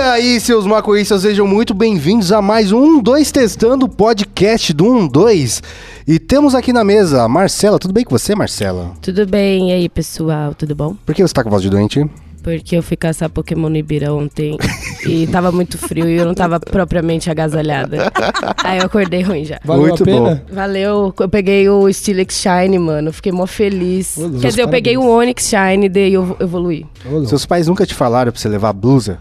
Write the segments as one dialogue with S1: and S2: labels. S1: aí, seus macoístas, sejam muito bem-vindos a mais um 2 Testando, podcast do 1 2. E temos aqui na mesa a Marcela. Tudo bem com você, Marcela?
S2: Tudo bem, e aí pessoal, tudo bom?
S1: Por que você tá com voz de doente?
S2: Porque eu fui caçar Pokémon no Ibira ontem e tava muito frio e eu não tava propriamente agasalhada. Aí eu acordei ruim já.
S3: Valeu
S1: Muito
S3: a pena?
S2: Valeu, eu peguei o Steelix Shine, mano, fiquei mó feliz.
S3: Ô, Deus,
S2: Quer dizer, eu
S3: parabéns.
S2: peguei o Onix Shine e daí eu evoluí.
S3: Ô, louco.
S1: Seus pais nunca te falaram pra você levar a blusa?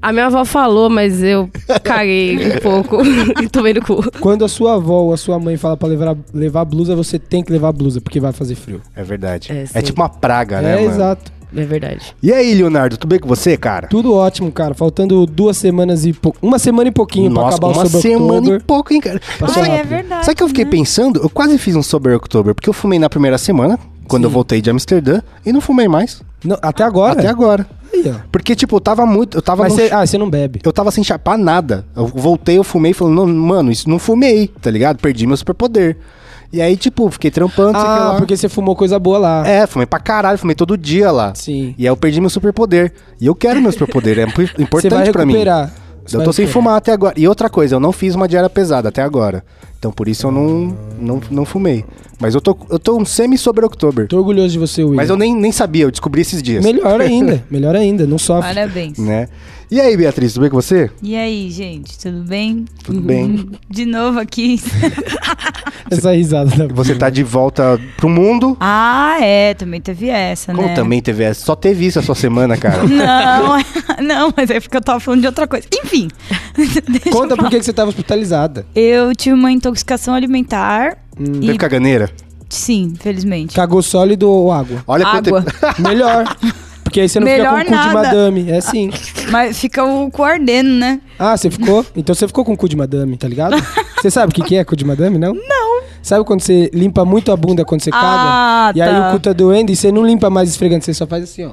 S2: A minha avó falou, mas eu caguei um pouco e tomei no cu.
S3: Quando a sua avó ou a sua mãe fala pra levar, levar blusa, você tem que levar blusa, porque vai fazer frio.
S1: É verdade.
S2: É,
S1: É,
S2: sim.
S1: tipo uma praga, né,
S3: é,
S1: mano?
S3: exato.
S2: É verdade.
S1: E aí, Leonardo, tudo bem com você, cara?
S3: Tudo ótimo, cara. Faltando duas semanas e pouco. Uma semana e pouquinho pra acabar
S1: uma
S3: o Sober
S1: semana
S3: October.
S1: e pouco, hein, cara?
S3: Passou
S1: Sabe-
S4: Ai, é
S3: rápido.
S4: verdade.
S1: Sabe o que eu fiquei
S4: né?
S1: pensando? Eu quase fiz um Sober October, porque eu fumei na primeira semana, quando eu voltei de Amsterdã, e não fumei mais.
S3: Não, até agora?
S1: Até agora.
S3: Aí, ó.
S1: Porque, tipo, eu tava muito. Eu tava
S3: Mas
S1: num
S3: você,
S1: ch-
S3: ah, você não bebe.
S1: Eu tava sem chapar nada. Eu voltei, eu fumei, falando, não, mano, isso não fumei, tá ligado? Perdi meu superpoder. E aí, tipo, fiquei trampando, sei que
S3: Ah,
S1: lá.
S3: porque você fumou coisa boa lá.
S1: É, fumei pra caralho, fumei todo dia lá.
S3: Sim.
S1: E aí eu perdi meu superpoder. E eu quero meu superpoder, é impo-
S3: Você vai
S1: importante pra mim.
S3: recuperar. Você
S1: Eu
S3: vai
S1: tô sem
S3: recuperar.
S1: fumar até agora. E outra coisa, eu não fiz uma diária pesada até agora. Então por isso eu não, não, não fumei. Mas eu tô, eu tô um semi-sober October.
S3: Tô orgulhoso de você, Will.
S1: Mas eu nem, nem sabia, eu descobri esses dias.
S3: Melhor ainda, melhor ainda. Não sofre.
S4: Parabéns.
S1: Né? E aí, Beatriz, tudo bem com você?
S4: E aí, gente, tudo bem?
S1: Tudo bem.
S4: De novo aqui.
S3: Essa risada da
S1: Você tá de volta pro mundo.
S4: Ah, é, também teve essa,
S1: Como
S4: né?
S1: também teve essa? Só teve isso essa semana, cara.
S4: Não, não, mas é porque eu tava falando de outra coisa. Enfim,
S3: Conta por que que você tava hospitalizada.
S4: eu tive uma intoxicação alimentar.
S1: Teve
S4: E,
S1: caganeira?
S4: sim, felizmente.
S3: Cagou sólido ou água?
S1: Olha
S4: Água.
S1: quanto.
S3: Melhor. Porque aí você não fica
S4: Melhor
S3: com o cu de
S4: nada.
S3: madame. É sim.
S4: Mas fica o cu ardendo, né?
S3: Ah, você ficou? Então você ficou com o cu de madame, tá ligado? Você sabe o que, que é cu de madame, não? Não. Sabe quando você limpa muito a bunda quando você
S4: Ah,
S3: caga? E aí
S4: tá.
S3: o cu tá doendo e você não limpa mais esfregando, você só faz assim, ó.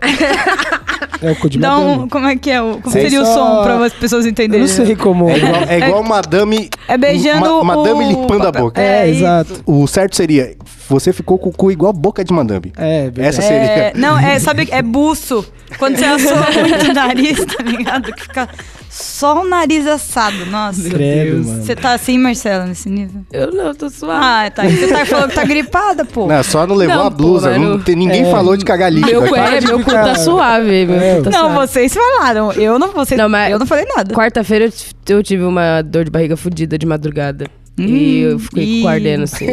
S3: É o cu de
S4: Dá um,
S3: madame.
S4: como é que é? o- Como
S3: Sei
S4: seria o
S3: só-
S4: som pra as pessoas
S3: Eu
S4: entenderem?
S3: não sei como.
S1: É igual, é igual madame.
S4: É beijando
S1: ma- madame
S4: o
S1: limpando a
S4: papel.
S1: boca.
S3: É,
S4: É isso.
S3: exato.
S1: O certo seria, você ficou com o cu igual boca de madame.
S3: É, verdade.
S1: Essa seria.
S4: É, não, é, sabe, é buço. Quando você assou muito o nariz, tá ligado? Que fica só o nariz assado, nossa.
S3: Credo, mano.
S4: Você tá assim, Marcela, nesse nível?
S2: Eu não, tô suave.
S4: Ah, tá. Você tá falando que tá gripada, pô.
S1: Não, só não levou
S2: Não,
S1: a blusa.
S2: pô,
S1: não
S2: mano.
S1: tem- ninguém
S3: É.
S1: falou de cagar líquido.
S2: meu
S1: aqui.
S2: cu, é, meu cu tá suave, meu
S3: É.
S2: cu tá
S4: Não,
S2: suave.
S4: vocês falaram. Eu não, vocês,
S2: Não, mas-
S4: eu não falei nada.
S2: Quarta-feira eu t- eu tive uma dor de barriga fodida de madrugada. e eu fiquei com o
S4: Hum, ih.
S2: ardendo, assim.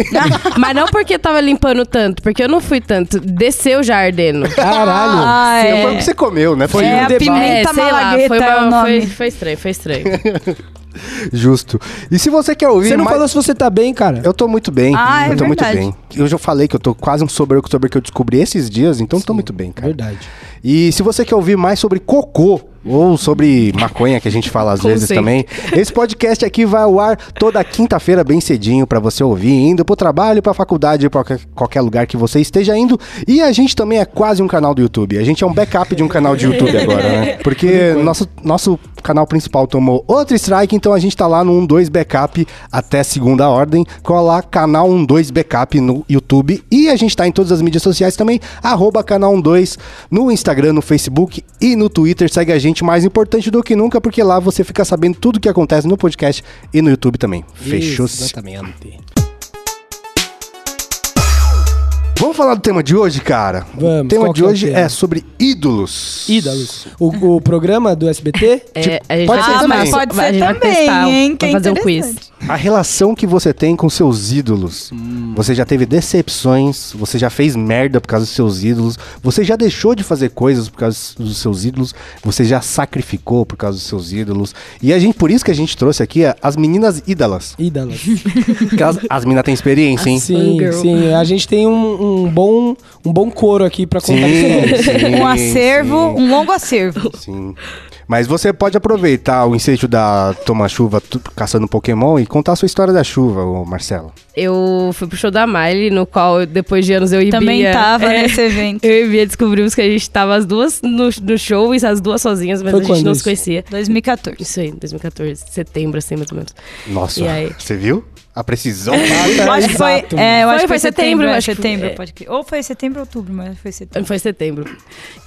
S2: Mas não porque tava limpando tanto, porque eu não fui tanto. Desceu já ardendo.
S3: Caralho.
S4: Ah,
S1: Então
S4: é.
S1: Foi o que você comeu, né? Foi
S4: É a
S3: debate.
S4: pimenta
S2: sei lá,
S4: malagueta
S2: foi,
S4: é o nome.
S2: foi, foi estranho, foi estranho.
S1: justo. E se você quer ouvir
S3: Você não
S1: mais...
S3: falou se você tá bem, cara.
S1: Eu tô muito bem.
S4: Ah, é
S1: eu tô
S4: verdade.
S1: muito bem. Eu já falei que eu tô quase um sober October que eu descobri esses dias, então tô muito bem, cara.
S3: É Verdade.
S1: E se você quer ouvir mais sobre cocô ou sobre maconha, que a gente fala às
S2: Como
S1: vezes
S2: sempre.
S1: também, esse podcast aqui vai ao ar toda quinta-feira, bem cedinho, pra você ouvir, indo pro trabalho, pra faculdade, pra qualquer- qualquer lugar que você esteja indo. E a gente também é quase um canal do YouTube. A gente é um backup de um canal de YouTube agora, né? Porque nosso, nosso canal principal tomou outro strike, então a gente tá lá no 12 Backup até segunda ordem. Cola lá, canal 12 Backup no YouTube. E a gente tá em todas as mídias sociais também, arroba canal 12 no Instagram, no Facebook e no Twitter. Segue a gente, mais importante do que nunca, porque lá você fica sabendo tudo que acontece no podcast e no YouTube também. Fechou-se.
S3: Exatamente.
S1: Vamos falar do tema de hoje, cara? o
S3: Vamos,
S1: tema
S3: qual
S1: de
S3: que é o
S1: hoje
S3: tema?
S1: é sobre ídolos.
S3: Ídolos. O, o programa do SBT?
S2: É, a gente
S1: pode
S2: vai
S1: ser
S2: testar,
S1: também.
S4: Pode
S2: vai- a
S4: ser
S2: gente vai
S4: também,
S2: testar,
S4: hein, que
S2: Vai
S4: é
S2: fazer um
S4: interessante.
S2: quiz.
S1: A relação que você tem com seus ídolos.
S2: Hum.
S1: Você já teve decepções, você já fez merda por causa dos seus ídolos, você já deixou de fazer coisas por causa dos seus ídolos, você já sacrificou por causa dos seus ídolos. E a gente, por isso que a gente trouxe aqui é, as meninas ídolas.
S3: Ídolos.
S1: Porque elas- as meninas têm experiência,
S2: Ah,
S1: hein?
S3: Sim,
S2: Fangirl.
S3: sim. A gente tem um, um bom, um bom coro aqui pra contar com você.
S4: Um acervo, um longo acervo.
S1: Sim. Mas você pode aproveitar o incêndio da Toma Chuva tu- caçando Pokémon e contar a sua história da chuva, ô Marcelo.
S2: eu fui pro show da Miley, no qual eu- depois de anos eu e
S4: Também
S2: Bia-
S4: tava
S2: é,
S4: nesse evento.
S2: Eu e Bia descobrimos que a gente tava as duas no, no show e as duas sozinhas, mas
S3: Foi
S2: a
S3: quando
S2: gente não
S3: isso?
S2: se conhecia.
S4: 2014.
S2: Isso aí, 2014, setembro, assim, mais ou menos.
S1: Nossa,
S2: E aí?
S1: você viu? A precisão.
S4: Eu acho que foi,
S3: Exato,
S4: é, eu
S2: Foi-
S4: acho
S2: foi
S4: que
S2: setembro,
S4: foi setembro, é,
S2: acho que-
S4: setembro,
S2: é.
S4: pode crer. Ou foi setembro ou outubro, mas foi setembro.
S2: Foi setembro.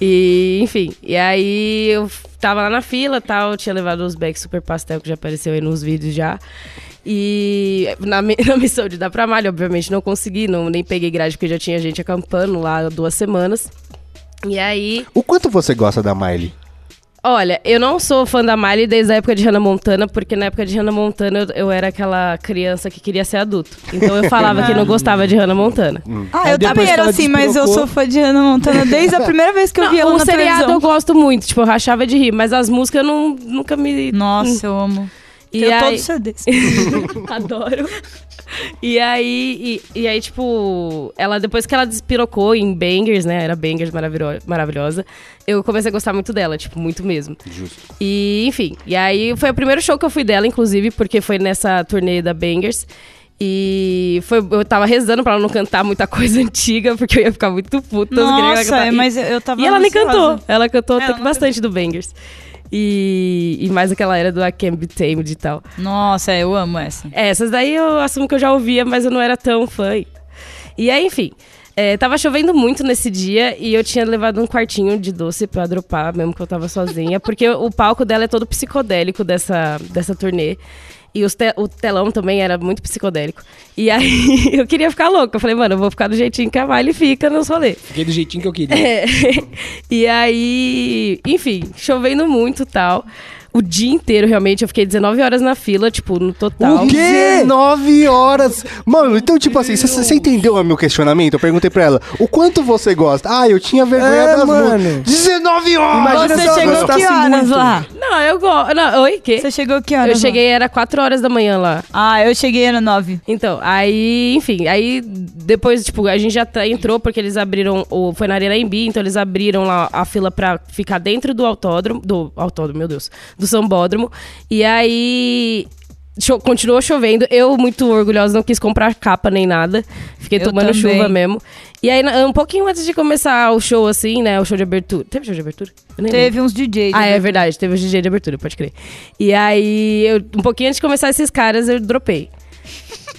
S2: E, enfim, e aí eu f- tava lá na fila tal, tinha levado os bags super pastel que já apareceu aí nos vídeos já. E na, mi- na missão de dar pra malha, obviamente não consegui, não, nem peguei grade porque já tinha gente acampando lá há duas semanas. E aí,
S1: O quanto você gosta da Miley?
S2: olha, eu não sou fã da Miley desde a época de Hannah Montana, porque na época de Hannah Montana eu, eu era aquela criança que queria ser adulto. Então eu falava que não gostava de Hannah Montana.
S4: Ah,
S3: Aí
S4: eu
S3: depois
S4: também
S3: que
S4: era
S3: ela
S4: assim, mas eu
S3: despirocou.
S4: sou fã de Hannah Montana desde a primeira vez que eu vi
S2: Não,
S4: ela
S2: o
S4: na
S2: seriado eu
S4: televisão.
S2: gosto muito, tipo, eu rachava de rir, mas as músicas eu não, nunca me.
S4: Nossa, eu amo.
S2: E
S4: Tenho
S2: aí-
S4: todos os CDs.
S2: Adoro. E aí, e, e aí, tipo, ela depois que ela despirocou em Bangers, né? Era Bangers maraviro- maravilhosa. Eu comecei a gostar muito dela, tipo, muito mesmo.
S1: Justo.
S2: E, enfim, e aí foi o primeiro show que eu fui dela, inclusive, porque foi nessa turnê da Bangers. E foi, eu tava rezando pra ela não cantar muita coisa antiga, porque eu ia ficar muito puta. eu queria que ela
S4: Nossa,
S2: cantasse. E-
S4: mas eu- eu tava
S2: e ela nem
S4: ansiosa.
S2: cantou. Ela cantou
S4: Ela
S2: até
S4: não
S2: que bastante do Bangers. E, e mais aquela era do I Can Be Tamed e tal.
S4: Nossa, eu amo essa.
S2: É, essas daí eu assumo que eu já ouvia, mas eu não era tão fã. ainda. E aí, enfim, é, tava chovendo muito nesse dia e eu tinha levado um quartinho de doce pra dropar, mesmo que eu tava sozinha, porque o palco dela é todo psicodélico dessa, dessa turnê. E os te- o telão também era muito psicodélico. E aí eu queria ficar louca. Eu falei, mano, eu vou ficar do jeitinho que a Miley fica nos rolês.
S3: Fiquei do jeitinho que eu queria.
S2: É. e aí, enfim, chovendo muito e tal. O dia inteiro, realmente, eu fiquei 19 horas na fila, tipo, no total.
S4: Uhum.
S1: O quê? 9 horas. Mano, então, tipo assim, você entendeu o meu questionamento? Eu perguntei pra ela, o quanto você gosta? Ah, eu tinha vergonha
S3: É,
S1: das
S3: mano.
S1: músicas. 19 horas!
S3: Imagina se
S4: Você
S3: ela
S4: chegou
S3: gostasse
S4: que horas
S3: muito.
S4: lá?
S2: Não, eu gosto. Não, oi, quê?
S4: Você chegou que horas
S2: Eu
S4: lá?
S2: cheguei, era 4 horas da manhã lá.
S4: Ah, eu cheguei era nove.
S2: Então, aí, enfim, aí depois, tipo, a gente já tá- entrou porque eles abriram, o, foi na Arena Embi, então eles abriram lá a fila pra ficar dentro do autódromo, do autódromo, meu Deus, do sambódromo, e aí cho- continuou chovendo, eu muito orgulhosa, não quis comprar capa nem nada, fiquei
S4: Eu
S2: tomando
S4: também.
S2: chuva mesmo, e aí na- um pouquinho antes de começar o show, assim, né, o show de abertura, teve show de abertura? Eu nem lembro.
S4: Teve uns né? DJs.
S2: Ah, é verdade, teve o DJ de abertura, pode crer. E aí, eu, um pouquinho antes de começar esses caras, eu dropei.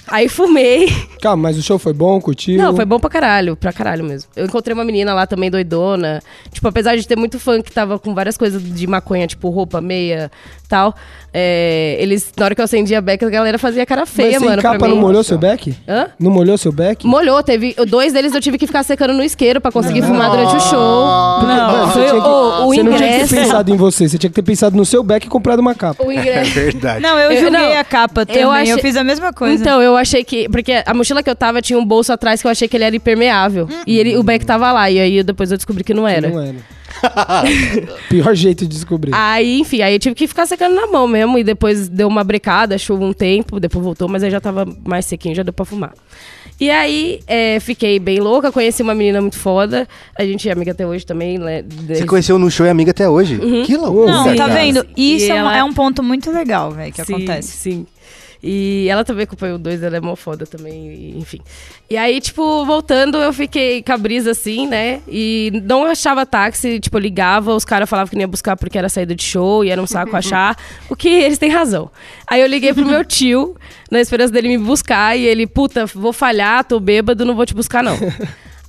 S2: Aí fumei.
S3: Calma, mas o show foi bom, curtiu?
S2: Não, foi bom pra caralho, pra caralho mesmo. Eu encontrei uma menina lá também doidona. Tipo, apesar de ter muito fã que tava com várias coisas de maconha, tipo roupa, meia, tal. é, eles, na hora que eu acendia a beca, a galera fazia cara
S3: Mas
S2: feia,
S3: sem
S2: mano.
S3: capa
S2: pra mim.
S3: não molhou seu back?
S2: Hã?
S3: Não molhou seu back?
S2: Molhou, teve. Dois deles eu tive que ficar secando no isqueiro pra conseguir fumar durante o show.
S3: Mano, você
S2: Foi-
S3: tinha que-
S2: ô, o
S3: você não tinha que
S2: ingresso.
S3: ter pensado em você, você tinha que ter pensado no seu back e comprado uma capa.
S2: O
S1: É
S2: ingresso.
S1: verdade.
S4: Não, eu
S2: Eu-
S4: julguei
S2: não,
S4: a capa
S2: eu
S4: também. Eu,
S2: achei-
S4: fiz a mesma coisa.
S2: Então, eu achei que. Porque a mochila que eu tava tinha um bolso atrás que eu achei que ele era impermeável.
S4: Hum.
S2: E ele, o back tava lá. E aí depois eu descobri que não era. Ah,
S3: Não era. Pior jeito de descobrir.
S2: Aí, enfim, aí eu tive que ficar secando na mão mesmo. E depois deu uma brecada, chuva um tempo, depois voltou, mas aí já tava mais sequinho, já deu pra fumar. E aí, é, fiquei bem louca, conheci uma menina muito foda. A gente é amiga até hoje também, né?
S1: Você conheceu no show e é amiga até hoje. Que loucura.
S4: Não, tá
S1: cara.
S4: vendo? Isso
S2: E
S4: é, uma-
S2: ela-
S4: é um ponto muito legal, velho, né, que
S2: Sim,
S4: acontece.
S2: Sim. E ela também acompanhou dois, ela é mó foda também, e- enfim. E aí, tipo, voltando, eu fiquei com a brisa assim, né? E não achava táxi, tipo, eu ligava, os caras falavam que não ia buscar porque era saída de show e era um saco achar. O que eles têm razão. Aí eu liguei pro meu tio, na esperança dele me buscar, e ele, puta, vou falhar, tô bêbado, não vou te buscar, não.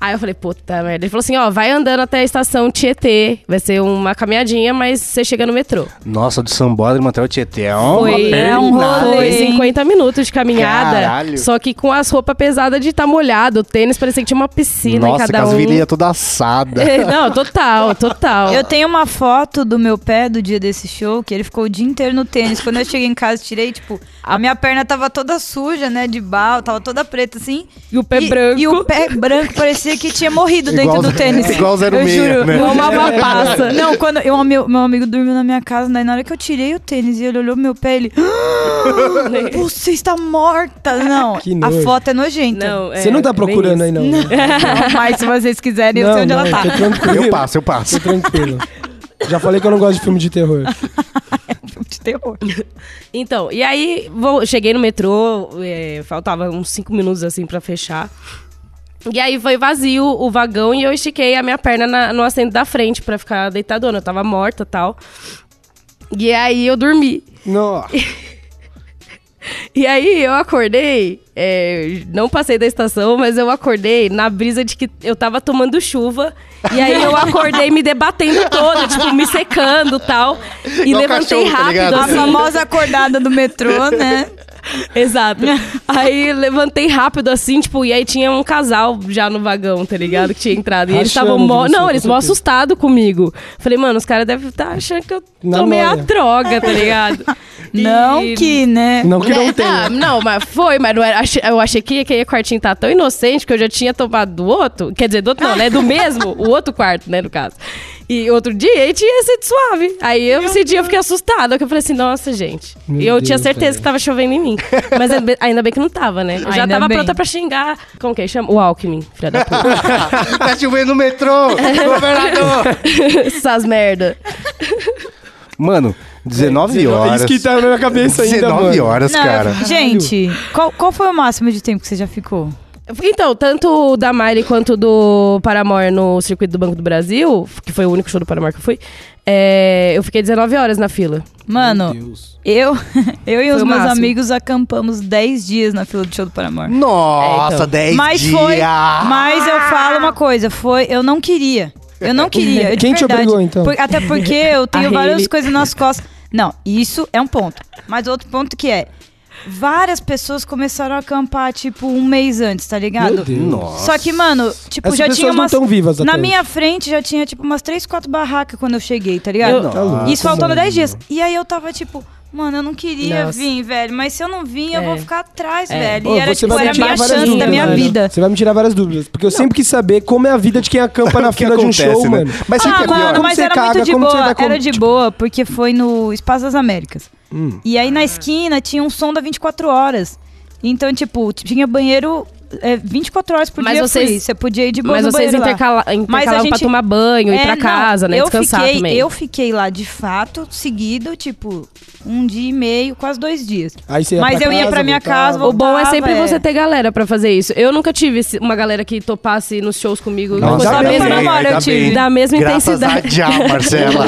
S2: Aí eu falei, puta merda. Ele falou assim: ó, vai andando até a estação Tietê. Vai ser uma caminhadinha, mas você chega no metrô.
S1: Nossa, do Sambódromo até o Tietê. É uma
S2: Foi,
S4: é um
S1: pernada.
S4: rolê.
S2: Foi
S4: hein?
S2: 50 minutos de caminhada.
S1: Caralho.
S2: Só que com as roupas pesadas de estar molhado. O tênis parecia que tinha uma piscina
S1: Nossa,
S2: em cada
S1: com as
S2: um.
S1: virilhas toda assada.
S2: É, Não, total, total.
S4: Eu tenho uma foto do meu pé do dia desse show, que ele ficou o dia inteiro no tênis. Quando eu cheguei em casa, tirei, tipo, a minha perna tava toda suja, né, de bal, tava toda preta, assim.
S2: E o pé
S4: e,
S2: branco.
S4: E o pé branco parecia que tinha morrido dentro
S1: Igual-
S4: do tênis.
S1: igual
S4: eu
S1: 06,
S4: juro,
S1: né?
S4: igual uma
S2: É.
S4: vapaça. Não, quando eu, meu, meu amigo dormiu na minha casa, daí na hora que eu tirei o tênis e ele olhou meu pé, ele... "Ah, Você está morta! Não,
S3: Que
S4: a
S3: nojo.
S4: foto é nojenta.
S2: Não, é,
S3: você não tá
S2: bem
S3: procurando
S2: isso.
S3: aí, não. Não,
S4: Mas se vocês quiserem, eu sei onde ela tá.
S3: tô tranquilo.
S1: Eu passo, eu passo.
S3: Tô tranquilo. Já falei que eu não gosto de filme de terror.
S4: de terror.
S2: Então, e aí vou- cheguei no metrô, é, faltava uns cinco minutos assim pra fechar. E aí foi vazio o vagão e eu estiquei a minha perna na- no assento da frente pra ficar deitadona. Eu tava morta e tal. E aí eu dormi.
S3: Não.
S2: E aí eu acordei, é, não passei da estação, mas eu acordei na brisa de que eu tava tomando chuva. E aí eu acordei me debatendo toda, tipo, me secando e tal. E
S1: Igual
S2: levantei
S1: cachorro, tá
S2: rápido,
S1: ligado?
S4: A
S2: assim.
S4: famosa acordada do metrô, né?
S2: Exato. aí levantei rápido, assim, tipo, e aí tinha um casal já no vagão, tá ligado? Que tinha entrado. E eles
S3: Rachando
S2: estavam
S3: de
S2: mó.
S3: você,
S2: Não,
S3: com
S2: eles mó
S3: certeza.
S2: assustados comigo. Falei, mano, os caras devem estar achando que eu
S3: Na
S2: tomei a
S3: noia.
S2: droga, tá ligado?
S4: Não
S2: E-
S4: que, né?
S3: Não que não
S2: Ah,
S3: tenha.
S2: não, mas foi, mas não era, achei- eu achei que aquele quartinho tá tão inocente que eu já tinha tomado do outro. Quer dizer, do outro não, né? Do mesmo, o outro quarto, né, no caso. E outro dia ele tinha sido suave. Aí eu, esse dia eu fiquei assustada, que eu falei assim, nossa, gente.
S3: Meu
S2: E eu tinha
S3: Deus,
S2: certeza
S3: velho.
S2: que tava chovendo em mim. Mas ainda bem- ainda bem que não tava, né? Eu já
S4: Ainda
S2: tava
S4: bem.
S2: pronta pra xingar. Como que ele chama? O Alckmin, filha da puta.
S1: tá chovendo no metrô, governador!
S2: Essas merda.
S1: Mano, 19 horas.
S3: Isso que tá na minha cabeça ainda,
S1: 19
S3: mano.
S1: horas,
S4: Não,
S1: cara.
S4: eu- Gente, qual, qual foi o máximo de tempo que você já ficou?
S2: Então, tanto o da Miley quanto do Paramore no circuito do Banco do Brasil, que foi o único show do Paramore que eu fui, é, eu fiquei 19 horas na fila.
S4: Mano,
S3: Deus.
S4: eu, eu e
S2: Foi
S4: os
S2: o
S4: meus
S2: máximo.
S4: amigos acampamos 10 dias na fila do show do Paramor.
S1: Nossa,
S2: É, então.
S1: 10
S4: Mas
S1: dias!
S4: foi. Mas eu falo uma coisa, foi. Eu não queria. Eu não queria. de
S3: Quem te
S4: verdade.
S3: obrigou, então?
S4: Por- até porque eu tenho
S2: A
S4: várias
S2: Hailey.
S4: coisas nas costas. Não, isso é um ponto. Mas outro ponto que é. Várias pessoas começaram a acampar, tipo, um mês antes, tá ligado?
S3: Meu Deus.
S1: Nossa.
S4: Só que, mano, tipo,
S3: Essas
S4: já
S3: pessoas
S4: tinha
S3: não
S4: umas.
S3: tão vivas até
S4: na
S3: hoje.
S4: minha frente já tinha, tipo, umas três, quatro barracas quando eu cheguei, tá ligado?
S2: Eu-
S1: Nossa.
S3: Tá louco,
S4: Isso faltava
S3: mano.
S4: 10 dias. E aí eu tava tipo, mano, eu não queria
S2: Nossa.
S4: vir, velho. Mas se eu não vim, eu
S2: É.
S4: vou ficar atrás,
S2: É.
S4: velho.
S3: Ô,
S4: e era,
S3: você
S4: tipo,
S3: vai
S4: era a
S3: me tirar
S4: minha
S3: várias né?
S4: chance da
S3: dúvidas,
S4: minha
S3: mano.
S4: vida.
S3: Você vai me tirar várias dúvidas. Porque eu sempre quis saber como é a vida de quem acampa na
S1: O que
S3: fila de um
S1: acontece,
S3: show,
S1: né?
S3: mano.
S1: Mas sabe o
S4: Ah,
S1: que é
S3: como-
S1: pior?
S4: mano,
S3: como
S4: mas
S3: você
S4: era
S3: caga,
S4: muito de
S3: como você
S4: boa.
S3: vai com-
S4: Era de
S3: tipo-
S4: boa, porque foi no Espaço das Américas.
S3: Hum.
S4: E aí
S3: Ah.
S4: na esquina tinha um som da 24 horas. Então, tipo, tinha banheiro é, 24 horas por
S2: Mas
S4: dia.
S2: vocês-
S4: free. Você podia ir de boa
S2: Mas
S4: no
S2: vocês
S4: banheiro lá.
S2: intercala, intercalavam pra
S4: gente-
S2: tomar banho, ir
S4: É,
S2: pra
S4: não,
S2: casa, né?
S4: eu
S2: Descansar
S4: fiquei,
S2: também.
S4: Eu fiquei lá de fato, seguido, tipo, um dia e meio, quase dois dias.
S3: Aí você ia
S4: Mas
S3: pra
S4: eu ia
S3: casa,
S4: pra minha
S3: voltava.
S4: casa,
S2: O bom é
S4: voltava,
S2: sempre você ter galera pra fazer isso. Eu nunca tive esse- uma galera que topasse nos shows comigo.
S1: Nossa,
S2: fosse da
S3: ainda
S2: mesma,
S3: bem,
S4: ainda
S2: eu tive,
S1: bem.
S2: da mesma
S1: Graças a
S2: intensidade.
S1: já, Marcela.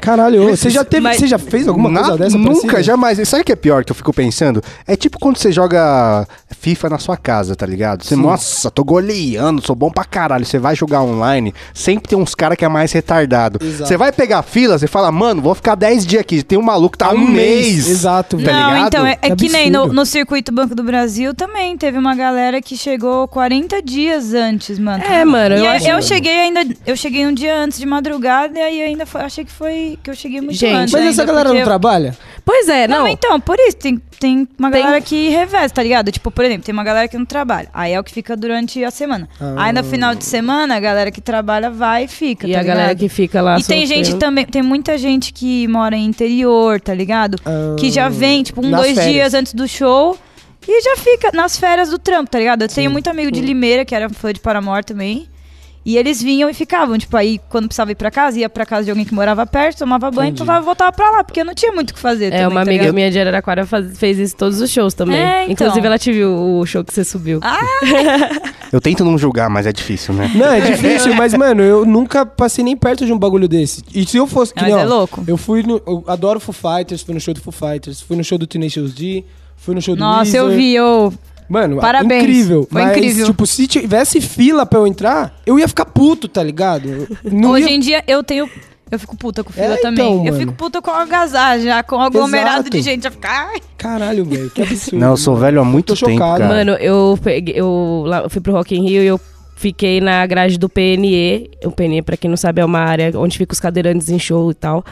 S3: Caralho, ô, você já teve.
S2: Mas-
S3: Você já fez alguma
S1: Na-
S3: coisa dessa?
S1: Nunca,
S3: parecida?
S1: jamais. Sabe o que é pior que eu fico pensando? É tipo quando você joga FIFA na sua casa, tá ligado? Você, nossa, tô goleando, sou bom pra caralho. Você vai jogar online, sempre tem uns cara que é mais retardado.
S3: Exato.
S1: Você vai pegar a fila, você fala, mano, vou ficar 10 dias aqui. Tem um maluco que tá há
S3: Há
S1: um,
S3: um
S1: mês.
S3: mês, exato,
S1: tá
S3: velho.
S4: não,
S1: ligado?
S4: então, é, é
S3: Que
S4: que nem no,
S3: absurdo.
S4: no Circuito Banco do Brasil também. Teve uma galera que chegou 40 dias antes, mano.
S2: É, mano,
S4: E
S2: eu
S4: aí
S2: acho.
S4: eu cheguei ainda, eu cheguei um dia antes de madrugada e aí ainda foi- achei que foi que eu cheguei muito
S2: Gente,
S4: antes.
S3: Mas essa
S4: ainda,
S3: galera
S4: porque
S3: não trabalha?
S2: Pois é,
S4: Não,
S2: não.
S4: então, por isso, tem, tem uma
S2: Tem-
S4: galera que reveste, tá ligado? Tipo, por exemplo, tem uma galera que não trabalha. Aí é o que fica durante a semana.
S3: Ah.
S4: Aí no final de semana, a galera que trabalha vai e fica.
S2: E
S4: tá
S2: a galera
S4: ligado?
S2: que fica lá.
S4: E tem
S2: sofrendo.
S4: gente também, tem muita gente que mora em interior, tá ligado?
S3: Ah,
S4: Que já vem, tipo, um,
S3: nas
S4: dois
S3: férias.
S4: dias antes do show e já fica nas férias do trampo, tá ligado? Eu tenho muito amigo de Limeira, que era fã de Paramore também. E eles vinham e ficavam, tipo, aí quando precisava ir pra casa, ia pra casa de alguém que morava perto, tomava banho,
S3: Entendi.
S4: tomava, voltava pra lá, porque não tinha muito o que fazer.
S2: É,
S4: também,
S2: uma
S4: tá
S2: amiga
S4: ligado?
S2: minha de Araraquara faz- fez isso todos os shows também.
S4: É, então.
S2: Inclusive, ela te viu o show que você subiu.
S1: Eu tento não julgar, mas é difícil, né?
S3: Não, é difícil, mas, mano, eu nunca passei nem perto de um bagulho desse. E se eu fosse. que
S4: Mas
S3: nem, ó,
S4: é louco.
S3: Eu fui no. Eu adoro Foo Fighters, fui no show do Foo Fighters, fui no show do Tenacious D, fui no show do
S4: Nossa, eu
S3: Weezer.
S4: vi, eu.
S3: Mano, é
S4: Parabéns.
S3: incrível.
S4: Foi
S3: mas,
S4: incrível.
S3: tipo, se tivesse fila pra eu entrar, eu ia ficar puto, tá ligado? Eu Não
S4: Hoje
S3: ia...
S4: em dia eu tenho. Eu fico puta com fila
S3: É,
S4: também.
S3: então,
S4: eu
S3: mano.
S4: fico puta com agasalho já, com aglomerado
S3: Exato.
S4: de gente. Já ficar.
S3: Caralho, velho, que absurdo.
S1: Não, eu sou velho há muito
S3: Tô
S1: tempo,
S3: chocado.
S1: cara.
S2: Mano, eu, peguei- eu lá- eu fui pro Rock in Rio e eu fiquei na grade do PNE. O PNE, pra quem não sabe, é uma área onde fica os cadeirantes em show e tal.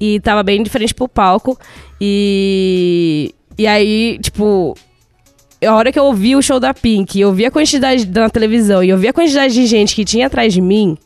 S2: E tava bem de frente pro palco. E, e aí, tipo... A hora que eu ouvi o show da Pink, eu vi a quantidade na televisão e eu vi a quantidade de gente que tinha atrás de mim,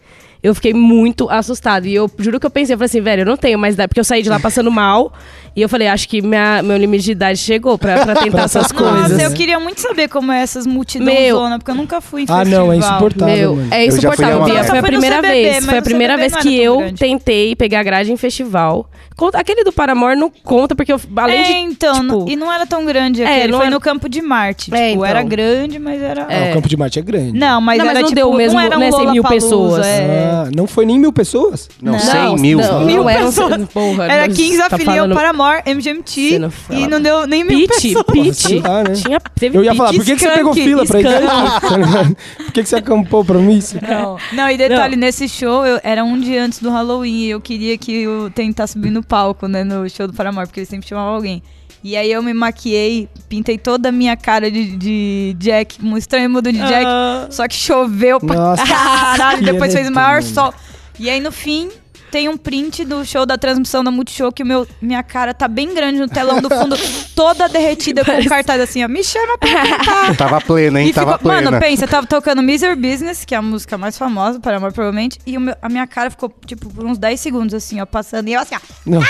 S2: eu fiquei muito assustada. E eu juro que eu pensei, eu falei assim, velho, eu não tenho mais idade, porque eu saí de lá passando mal. E eu falei, acho que minha- meu limite de idade chegou pra, pra tentar essas coisas.
S4: Nossa, eu queria muito saber como é essas multidões,
S2: Meu.
S4: zona, porque eu nunca fui em
S3: Ah,
S4: festival.
S3: não, é insuportável,
S2: Meu,
S1: Eu
S2: é
S3: mano.
S1: já fui a
S2: insuportável,
S1: uma
S2: Bia.
S1: vez.
S2: Foi
S4: Eu
S2: a
S4: fui no
S2: primeira
S4: CBB,
S2: vez.
S4: mas
S2: Foi a
S4: no
S2: primeira
S4: CBB
S2: vez
S4: não
S2: que
S4: era tão
S2: eu
S4: grande.
S2: tentei pegar grade em festival. Conta- Aquele do Paramore não conta, porque eu, além
S4: É,
S2: de.
S4: então,
S2: tipo,
S4: e não era tão grande aquele,
S2: não
S4: foi
S2: era-
S4: no campo de Marte,
S2: É,
S4: tipo,
S2: então.
S4: era grande, mas era...
S3: Ah, o Campo de Marte é grande.
S4: Não, mas
S2: Não, mas
S4: era
S2: não
S4: tipo,
S2: deu mesmo,
S4: não era um
S2: né, 100 mil
S4: Lollapalooza,
S2: pessoas.
S4: É.
S3: Ah, não foi nem mil pessoas?
S1: Não,
S4: Não,
S1: 100 mil.
S2: Não,
S4: Mil
S2: não era um-
S4: pessoas.
S2: Porra,
S4: Era
S2: Deus,
S4: 15
S2: tá
S4: afiliam
S2: falando-
S4: para Paramore, MGMT,
S2: Você não
S4: e
S2: fala.
S4: não deu nem mil
S2: Pit,
S4: pessoas.
S3: Sei
S2: Pit.
S3: lá, né?
S2: Tinha, teve
S3: Eu ia
S2: Pit,
S3: falar, por que, que você
S2: Skank,
S3: pegou fila pra ir? Tá
S2: Skank.
S3: Por que, que você acampou pra mim?
S4: Não. e detalhe, nesse show eu, era um dia antes do Halloween e eu queria que eu tentasse subir no palco, né, no show do Paramore, porque eles sempre chamavam alguém. E aí eu me maquiei, pintei toda a minha cara de, de Jack, um estranho mundo de Jack, só que choveu pra
S3: Nossa,
S4: caralho,
S3: que
S4: depois fez o
S3: arreto,
S4: maior
S3: mano.
S4: sol. E aí no fim tem um print do show da transmissão da Multishow que o meu, minha cara tá bem grande no telão do fundo, toda derretida com o cartaz assim, ó, me chama pra cantar.
S1: Tava plena, hein?
S4: E
S1: Tava
S4: ficou,
S1: plena.
S4: mano, pensa, eu tava tocando Miser Business, que é a música mais famosa, para amor, provavelmente, e o meu- a minha cara ficou, tipo, por uns 10 segundos, assim, ó, passando, e eu assim, ó,
S3: Não.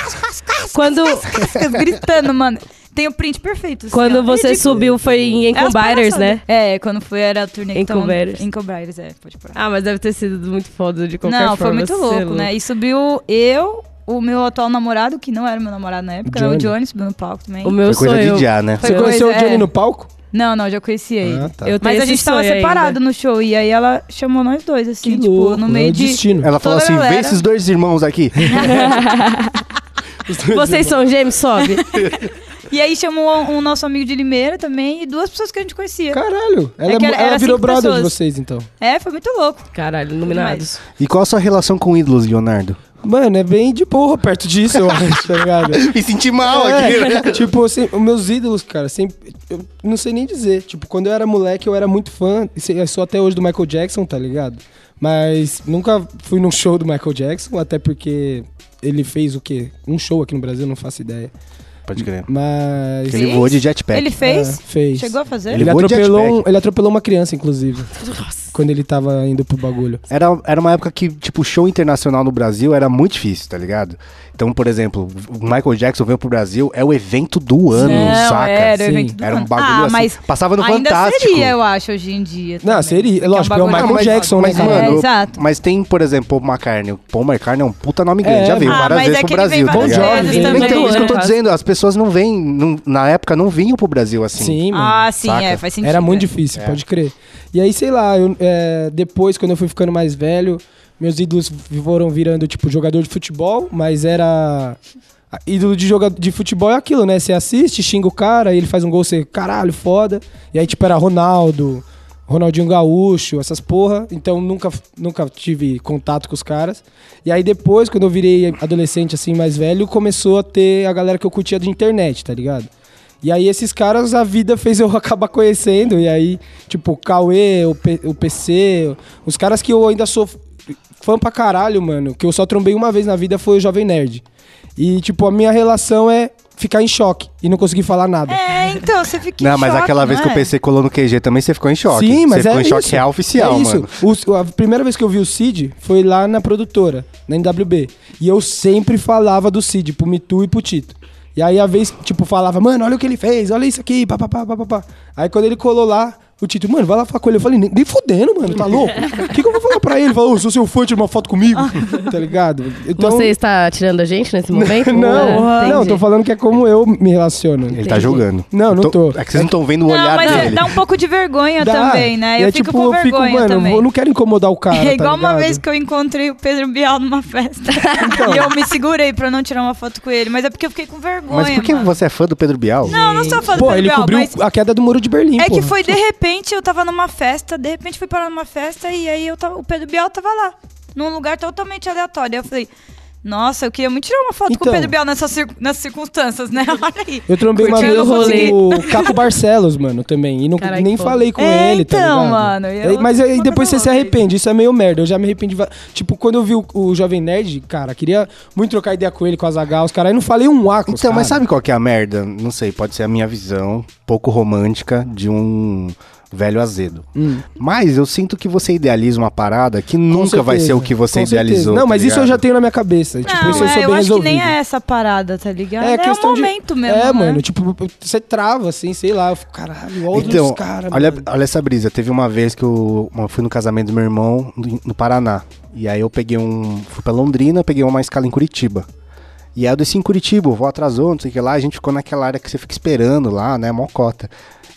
S2: Quando,
S4: gritando, mano. Tem o print perfeito. assim, ó.
S2: quando você
S4: Ridículo.
S2: subiu foi em
S4: É as
S2: Encombiners,
S4: palhaçadas.
S2: né?
S4: É, quando foi, era a turnê que tava-
S2: Encombiners.
S4: Encombiners, é, pode parar.
S2: Ah, mas deve ter sido muito foda de qualquer
S4: Não,
S2: forma. é
S4: foi muito
S2: sei
S4: louco,
S2: lá.
S4: né? E subiu eu, o meu atual namorado, que não era meu namorado na época, era o
S3: Johnny.
S4: Johnny, subiu no palco também.
S2: O meu
S1: Foi coisa
S2: sonho.
S1: de já, né?
S4: Foi
S3: Você conheceu o
S4: coisa,
S3: Johnny
S4: é.
S3: no palco?
S4: Não, não, já conheci ele.
S3: Ah, tá.
S2: Eu tenho
S4: Mas a
S2: esse
S4: gente tava
S2: sonho
S4: separado
S2: ainda.
S4: no show, e aí ela chamou nós dois, assim,
S3: Que
S4: tipo,
S3: louco,
S4: no
S3: é
S4: meio
S3: o
S4: de...
S3: destino.
S1: Ela falou
S4: Toda
S1: assim: vê
S4: galera.
S1: esses dois irmãos aqui.
S4: né?
S2: Vocês são gêmeos, sobe.
S4: E aí chamou um nosso amigo de Limeira também, e duas pessoas que a gente conhecia.
S3: Caralho, ela,
S4: que
S3: é-
S4: era-
S3: ela
S4: era
S3: virou
S4: cinco
S3: brother de
S4: pessoas.
S3: vocês, então.
S4: É, foi muito louco.
S2: Caralho, iluminados.
S1: E qual a sua relação com ídolos, Leonardo?
S3: Mano, é bem de boa perto disso, eu acho, tá ligado?
S1: Me senti mal né?
S3: É, Tipo, assim, os meus ídolos, cara, sempre. Eu não sei nem dizer. Tipo, quando eu era moleque, eu era muito fã. e sei- Eu sou até hoje do Michael Jackson, tá ligado? Mas nunca fui num show do Michael Jackson, até porque ele fez o quê? Um show aqui no Brasil, não faço ideia.
S1: Pode crer.
S3: Mas.
S1: Ele
S4: Fez?
S1: voou de jetpack.
S4: Ele
S3: é,
S4: fez,
S3: fez.
S4: chegou a fazer.
S1: Ele
S3: Ele,
S1: voou de
S3: atropelou, um-
S1: jetpack.
S3: ele atropelou uma criança, inclusive. Quando ele tava indo pro bagulho.
S1: Era, era uma época que, tipo, show internacional no Brasil era muito difícil, tá ligado? Então, por exemplo, o Michael Jackson veio pro Brasil, é o evento do ano,
S4: Não,
S1: saca?
S4: era o
S3: Sim.
S4: evento do
S1: Era um
S4: ano.
S1: bagulho
S4: ah,
S1: assim.
S4: mas
S1: Passava no
S4: ainda
S1: Fantástico.
S4: seria, eu acho, hoje em dia.
S3: Não,
S4: também.
S3: seria,
S4: Porque um
S3: lógico, é o
S4: bagulho
S3: Michael
S4: muito
S3: Jackson, né,
S1: mas,
S4: foda.
S3: cara?
S1: mano,
S4: É, exato.
S1: mas tem, por exemplo, Paul McCartney. Paul McCartney é um puta nome grande,
S3: É,
S1: já veio
S3: mano.
S1: várias
S4: Ah, mas
S1: vezes
S4: é
S1: pro
S4: que ele
S1: Brasil.
S4: vem
S1: tá
S3: várias
S1: ligado?
S3: vezes também,
S1: então, isso que eu tô
S2: né?
S1: dizendo, as pessoas não vêm, não- na época não vinham pro Brasil assim.
S3: Sim, mano.
S4: Ah, sim,
S1: saca?
S4: é, faz sentido.
S3: Era muito
S4: é.
S3: difícil,
S1: É.
S3: pode crer. E aí, sei lá, eu, é, depois, quando eu fui ficando mais velho, meus ídolos foram virando, tipo, jogador de futebol, mas era. a- Ídolo de jogador de futebol é aquilo, né? Você assiste, xinga o cara, ele faz um gol, você, caralho, foda. E aí, tipo, era Ronaldo, Ronaldinho Gaúcho, essas porra. Então nunca, nunca tive contato com os caras. E aí depois, quando eu virei adolescente, assim, mais velho, começou a ter a galera que eu curtia de internet, tá ligado? E aí esses caras a vida fez eu acabar conhecendo. E aí, tipo, o Cauê, o, P- o PC, os caras que eu ainda sou f- fã pra caralho, mano, que eu só trombei uma vez na vida foi o Jovem Nerd. E, tipo, a minha relação é ficar em choque e não conseguir falar nada.
S4: É, então, você fica em
S1: Não, Né, mas
S4: choque,
S1: aquela vez
S4: não
S1: que o
S4: é?
S1: PC colou no QG também, você ficou em choque.
S3: né? Sim, mas
S1: você
S3: é
S1: ficou em
S3: isso.
S1: choque real oficial,
S3: é isso.
S1: mano.
S3: O- a primeira vez que eu vi o Cid foi lá na produtora, na NWB. E eu sempre falava do Cid, pro Mitu e pro Tito. E aí, a vez, tipo, falava, mano, olha o que ele fez, olha isso aqui, papapá, papapá. Aí, quando ele colou lá, o Tito, mano, vai lá falar com ele. Eu falei, nem, nem fudendo, mano, tá louco? O que, que eu vou falar pra ele? Ele Falou, "Ô, sou seu fã, tira uma foto comigo, tá ligado? Então,
S2: Você está tirando a gente nesse momento?
S3: não,
S2: Ah,
S3: não,
S2: entendi.
S3: tô falando que é como eu me relaciono.
S1: Ele tá jogando.
S3: Não, não
S1: Então,
S3: tô.
S1: É que vocês não estão vendo o
S4: Não,
S1: olhar
S4: mas é-
S1: dele.
S4: dá um pouco de vergonha
S3: Dá.
S4: também, né?
S3: E
S4: Eu
S3: é,
S4: fico
S3: tipo,
S4: com
S3: eu fico,
S4: vergonha
S3: mano,
S4: também.
S3: eu não quero incomodar o cara.
S4: é igual
S3: tá
S4: uma
S3: ligado?
S4: vez que eu encontrei o Pedro Bial numa festa.
S3: Então.
S4: E eu me segurei pra não tirar uma foto com ele. Mas é porque eu fiquei com vergonha.
S1: Mas por que
S4: mano.
S1: você é fã do Pedro Bial?
S4: Não, eu não sou fã do
S3: Pô,
S4: Pedro
S3: ele
S4: Bial,
S3: cobriu
S4: mas...
S3: a queda do muro de Berlim,
S4: É
S3: pô.
S4: que foi de repente, eu tava numa festa, de repente fui parar numa festa e aí eu tava, o Pedro Bial tava lá, num lugar totalmente aleatório. Aí eu falei, nossa, eu queria muito tirar uma foto com
S3: Então.
S4: o Pedro Bial nessas, cir- nessas circunstâncias, né? Olha aí.
S3: Eu tipo, trombei uma
S4: Curtindo
S3: vez
S4: o rolê.
S3: com o Caco Barcelos, mano, também. E não,
S2: Caralho,
S3: nem
S2: que foda.
S3: falei com
S4: É,
S3: ele, tá
S4: então,
S3: ligado?
S4: mano,
S3: É,
S4: eu-
S3: mas aí
S4: uma
S3: depois você
S4: coisa
S3: se
S4: louca.
S3: arrepende. Isso é meio merda. Eu já me arrependi. va- Tipo, quando eu vi o, o Jovem Nerd, cara, queria muito trocar ideia com ele, com a Zagal, os caras. Aí não falei um A com os
S1: Então, mas
S3: caras.
S1: sabe qual que é a merda? Não sei, pode ser a minha visão pouco romântica de um velho azedo.
S3: Hum.
S1: Mas eu sinto que você idealiza uma parada que nunca vai
S3: certeza,
S1: ser o que você
S3: com certeza.
S1: idealizou.
S3: Não,
S1: tá
S3: mas isso eu
S1: ligado?
S3: já tenho na minha cabeça. Tipo,
S4: não,
S3: isso eu
S4: é,
S3: sou bem
S4: acho
S3: resolvido.
S4: que nem é essa parada, tá ligado? É,
S3: questão
S4: um
S3: de-
S4: momento mesmo.
S3: É,
S4: né?
S3: mano, tipo, você trava, assim, sei lá. Eu fico, caralho, olha
S1: Então,
S3: os caras,
S1: olha,
S3: mano.
S1: olha essa brisa. Teve uma vez que eu uma- fui no casamento do meu irmão no, no Paraná. E aí eu peguei um. Fui pra Londrina, peguei uma escala em Curitiba. E aí eu desci em Curitiba, o voo atrasou, não sei o que lá. A gente ficou naquela área que você fica esperando lá, né? Mocota.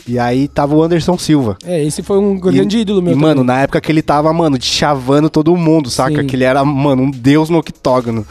S1: E aí tava o Anderson Silva.
S3: É, esse foi um grande ídolo meu.
S1: E,
S3: também.
S1: mano, na época que ele tava, mano, chavando todo mundo, saca?
S3: Sim.
S1: Que ele era, mano, um deus no octógono.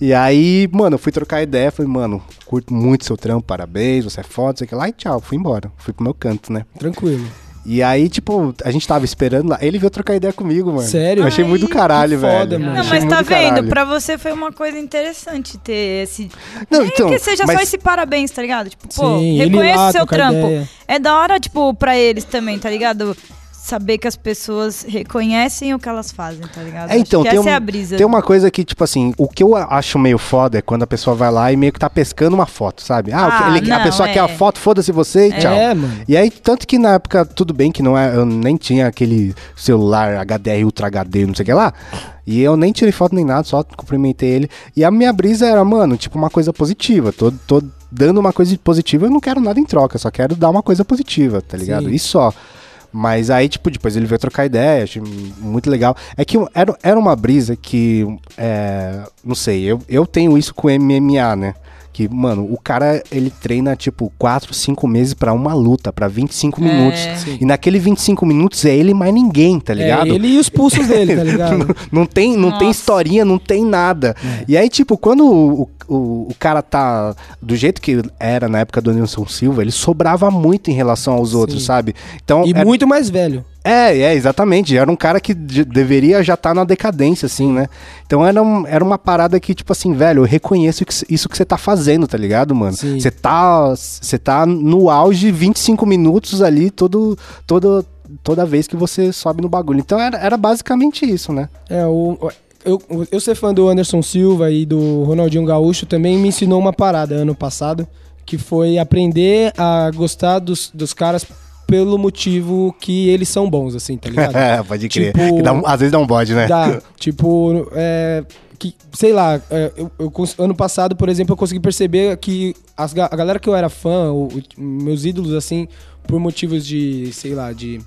S1: E aí, mano, eu fui trocar ideia, falei, mano, curto muito seu trampo, parabéns, você é foda, sei o que lá, e tchau, fui embora. Fui pro meu canto, né?
S3: Tranquilo.
S1: E aí, tipo, a gente tava esperando lá. Ele veio trocar ideia comigo, mano.
S3: Sério?
S1: Eu achei muito do caralho,
S3: que foda,
S1: velho.
S3: mano.
S4: Não,
S1: Achei
S4: mas
S1: muito
S4: tá
S1: do
S4: vendo?
S1: caralho.
S4: Pra você foi uma coisa interessante ter esse.
S1: Não,
S4: Nem
S1: então,
S4: que seja
S1: mas-
S4: só esse parabéns, tá ligado? Tipo, pô,
S3: Sim, ele
S4: reconheço
S3: lá,
S4: o seu
S3: trocar
S4: trampo.
S3: ideia.
S4: É da hora, tipo, pra eles também, tá ligado? Saber que as pessoas reconhecem o que elas fazem, tá ligado?
S1: É, então,
S4: Acho que
S1: tem,
S4: essa
S1: um-
S4: é a brisa.
S1: tem uma coisa que, tipo assim, o que eu acho meio foda é quando a pessoa vai lá e meio que tá pescando uma foto, sabe? Ah,
S4: Ah,
S1: ele- a
S4: não,
S1: pessoa
S4: é.
S1: quer a foto, foda-se você e tchau.
S3: É, mano.
S1: E aí, tanto que na época, tudo bem que não é, eu nem tinha aquele celular HDR Ultra HD, não sei o que lá. E eu nem tirei foto nem nada, só cumprimentei ele. E a minha brisa era, mano, tipo uma coisa positiva. Tô, tô dando uma coisa positiva, eu não quero nada em troca, só quero dar uma coisa positiva, tá ligado?
S3: Sim.
S1: E só. Mas aí, tipo, depois ele veio trocar ideia, achei muito legal. É que era, era uma brisa que, é, não sei, eu, eu tenho isso com MMA, né? Que, mano, o cara, ele treina, tipo, 4, 5 meses pra uma luta, pra
S3: É.
S1: 25 minutos.
S3: Sim.
S1: E naquele 25 minutos é ele e mais ninguém, tá ligado?
S3: É, ele e os pulsos dele, tá ligado?
S1: Não tem, não tem historinha, não tem nada.
S3: É.
S1: E aí, tipo, quando o, o, o cara tá do jeito que era na época do Nilson Silva, ele sobrava muito em relação aos outros, sabe? Então,
S3: E
S1: era-
S3: muito mais velho.
S1: é, é, exatamente. Era um cara que de- deveria já estar na decadência, assim, né? Então era, um- era uma parada que, tipo assim, velho, eu reconheço que c- isso que você tá fazendo, tá ligado, mano?
S3: Sim.
S1: Você tá, você tá no auge 25 minutos ali todo, todo, toda vez que você sobe no bagulho. Então era, era basicamente isso, né?
S3: É, o, o- eu, o- eu ser fã do Anderson Silva e do Ronaldinho Gaúcho também me ensinou uma parada ano passado, que foi aprender a gostar dos, dos caras pelo motivo que eles são bons, assim, tá ligado?
S1: É, pode crer.
S3: Tipo-
S1: Que dá um- às vezes dá um bode, né?
S3: Dá. Tipo, é, que, sei lá, é, eu, eu cons- ano passado, por exemplo, eu consegui perceber que as, ga- a galera que eu era fã, o- o- meus ídolos, assim, por motivos de, sei lá, de.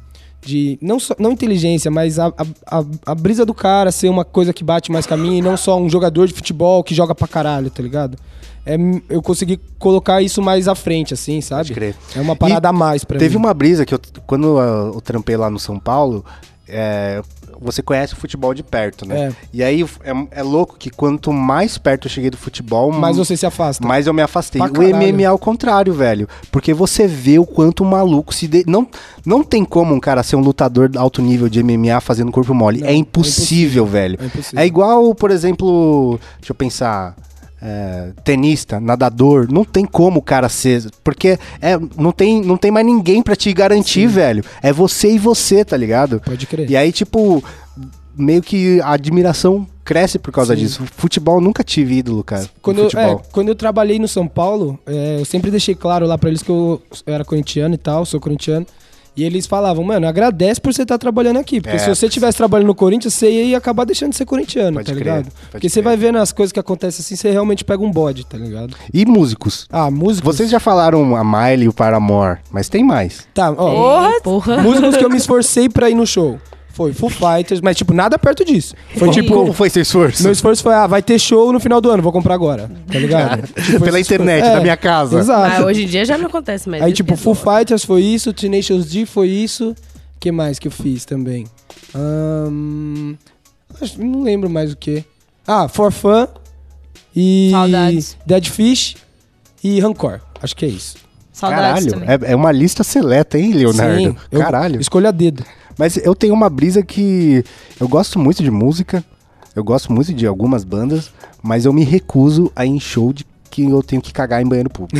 S3: De, não, só, não inteligência, mas a, a, a, a brisa do cara ser uma coisa que bate mais caminho e não só um jogador de futebol que joga pra caralho, tá ligado? É, m- eu consegui colocar isso mais à frente, assim, sabe?
S1: Pode crer.
S3: É uma
S1: E
S3: parada a mais pra
S1: Teve
S3: mim.
S1: uma brisa que eu, quando ah, eu trampei lá no São Paulo, é, você conhece o futebol de perto, né?
S3: É.
S1: E aí é, é louco que quanto mais perto eu cheguei do futebol,
S3: Mas você se afasta.
S1: mais eu me afastei.
S3: Pra
S1: O MMA
S3: caralho.
S1: é o contrário, velho. Porque você vê o quanto o maluco se. de- Não, não tem como um cara ser um lutador de alto nível de MMA fazendo corpo mole.
S3: Não,
S1: é
S3: é
S1: impossível, velho.
S3: É impossível.
S1: É igual, por exemplo, deixa eu pensar. é, tenista, nadador, não tem como o cara ser, porque é, não, tem, não tem mais ninguém pra te garantir, velho. É você e você, tá ligado?
S3: Pode crer.
S1: E aí, tipo, meio que a admiração cresce por causa disso. Futebol, nunca tive ídolo, cara. no
S3: Quando eu,
S1: futebol.
S3: é, quando eu trabalhei no São Paulo, é, eu sempre deixei claro lá pra eles que eu, eu era corintiano e tal, sou corintiano. E eles falavam, mano, agradece por você estar trabalhando aqui. Porque
S1: É,
S3: se você estivesse trabalhando no Corinthians, você ia acabar deixando de ser corintiano,
S1: Pode
S3: tá
S1: crer,
S3: ligado?
S1: pode
S3: Porque você
S1: crer.
S3: vai vendo as coisas que acontecem assim, você realmente pega um bode, tá ligado?
S1: E músicos.
S3: Ah, música.
S1: Vocês já falaram a Miley e o Paramore, mas tem mais.
S3: Tá, ó.
S4: Porra!
S2: Ei, porra.
S3: Músicos que eu me esforcei pra ir no show. Foi Foo Fighters, mas tipo, nada perto disso. Foi
S1: Como-
S3: tipo.
S1: como foi seu esforço?
S3: Meu esforço foi, ah, vai ter show no final do ano, vou comprar agora, tá ligado? Tipo,
S1: Pela
S3: esse esforço.
S1: internet, da minha casa.
S3: Exato.
S2: Ah, hoje em dia já não acontece
S4: É
S2: mais.
S3: Aí,
S2: isso,
S3: tipo,
S2: né?
S3: Full Fighters foi isso, Tenacious D foi isso. que mais que eu fiz também? Ahn, acho- não lembro mais o que. Ah, For Fun e
S4: Saudades.
S3: Dead Fish e Rancor. Acho que é isso.
S4: Saudades também.
S1: Caralho, é, é uma lista seleta, hein, Leonardo?
S3: Sim, eu-
S1: Caralho.
S3: Escolha a dedo.
S1: Mas eu tenho uma brisa que eu gosto muito de música, eu gosto muito de algumas bandas, mas eu me recuso a ir em show de que eu tenho que cagar em banheiro público.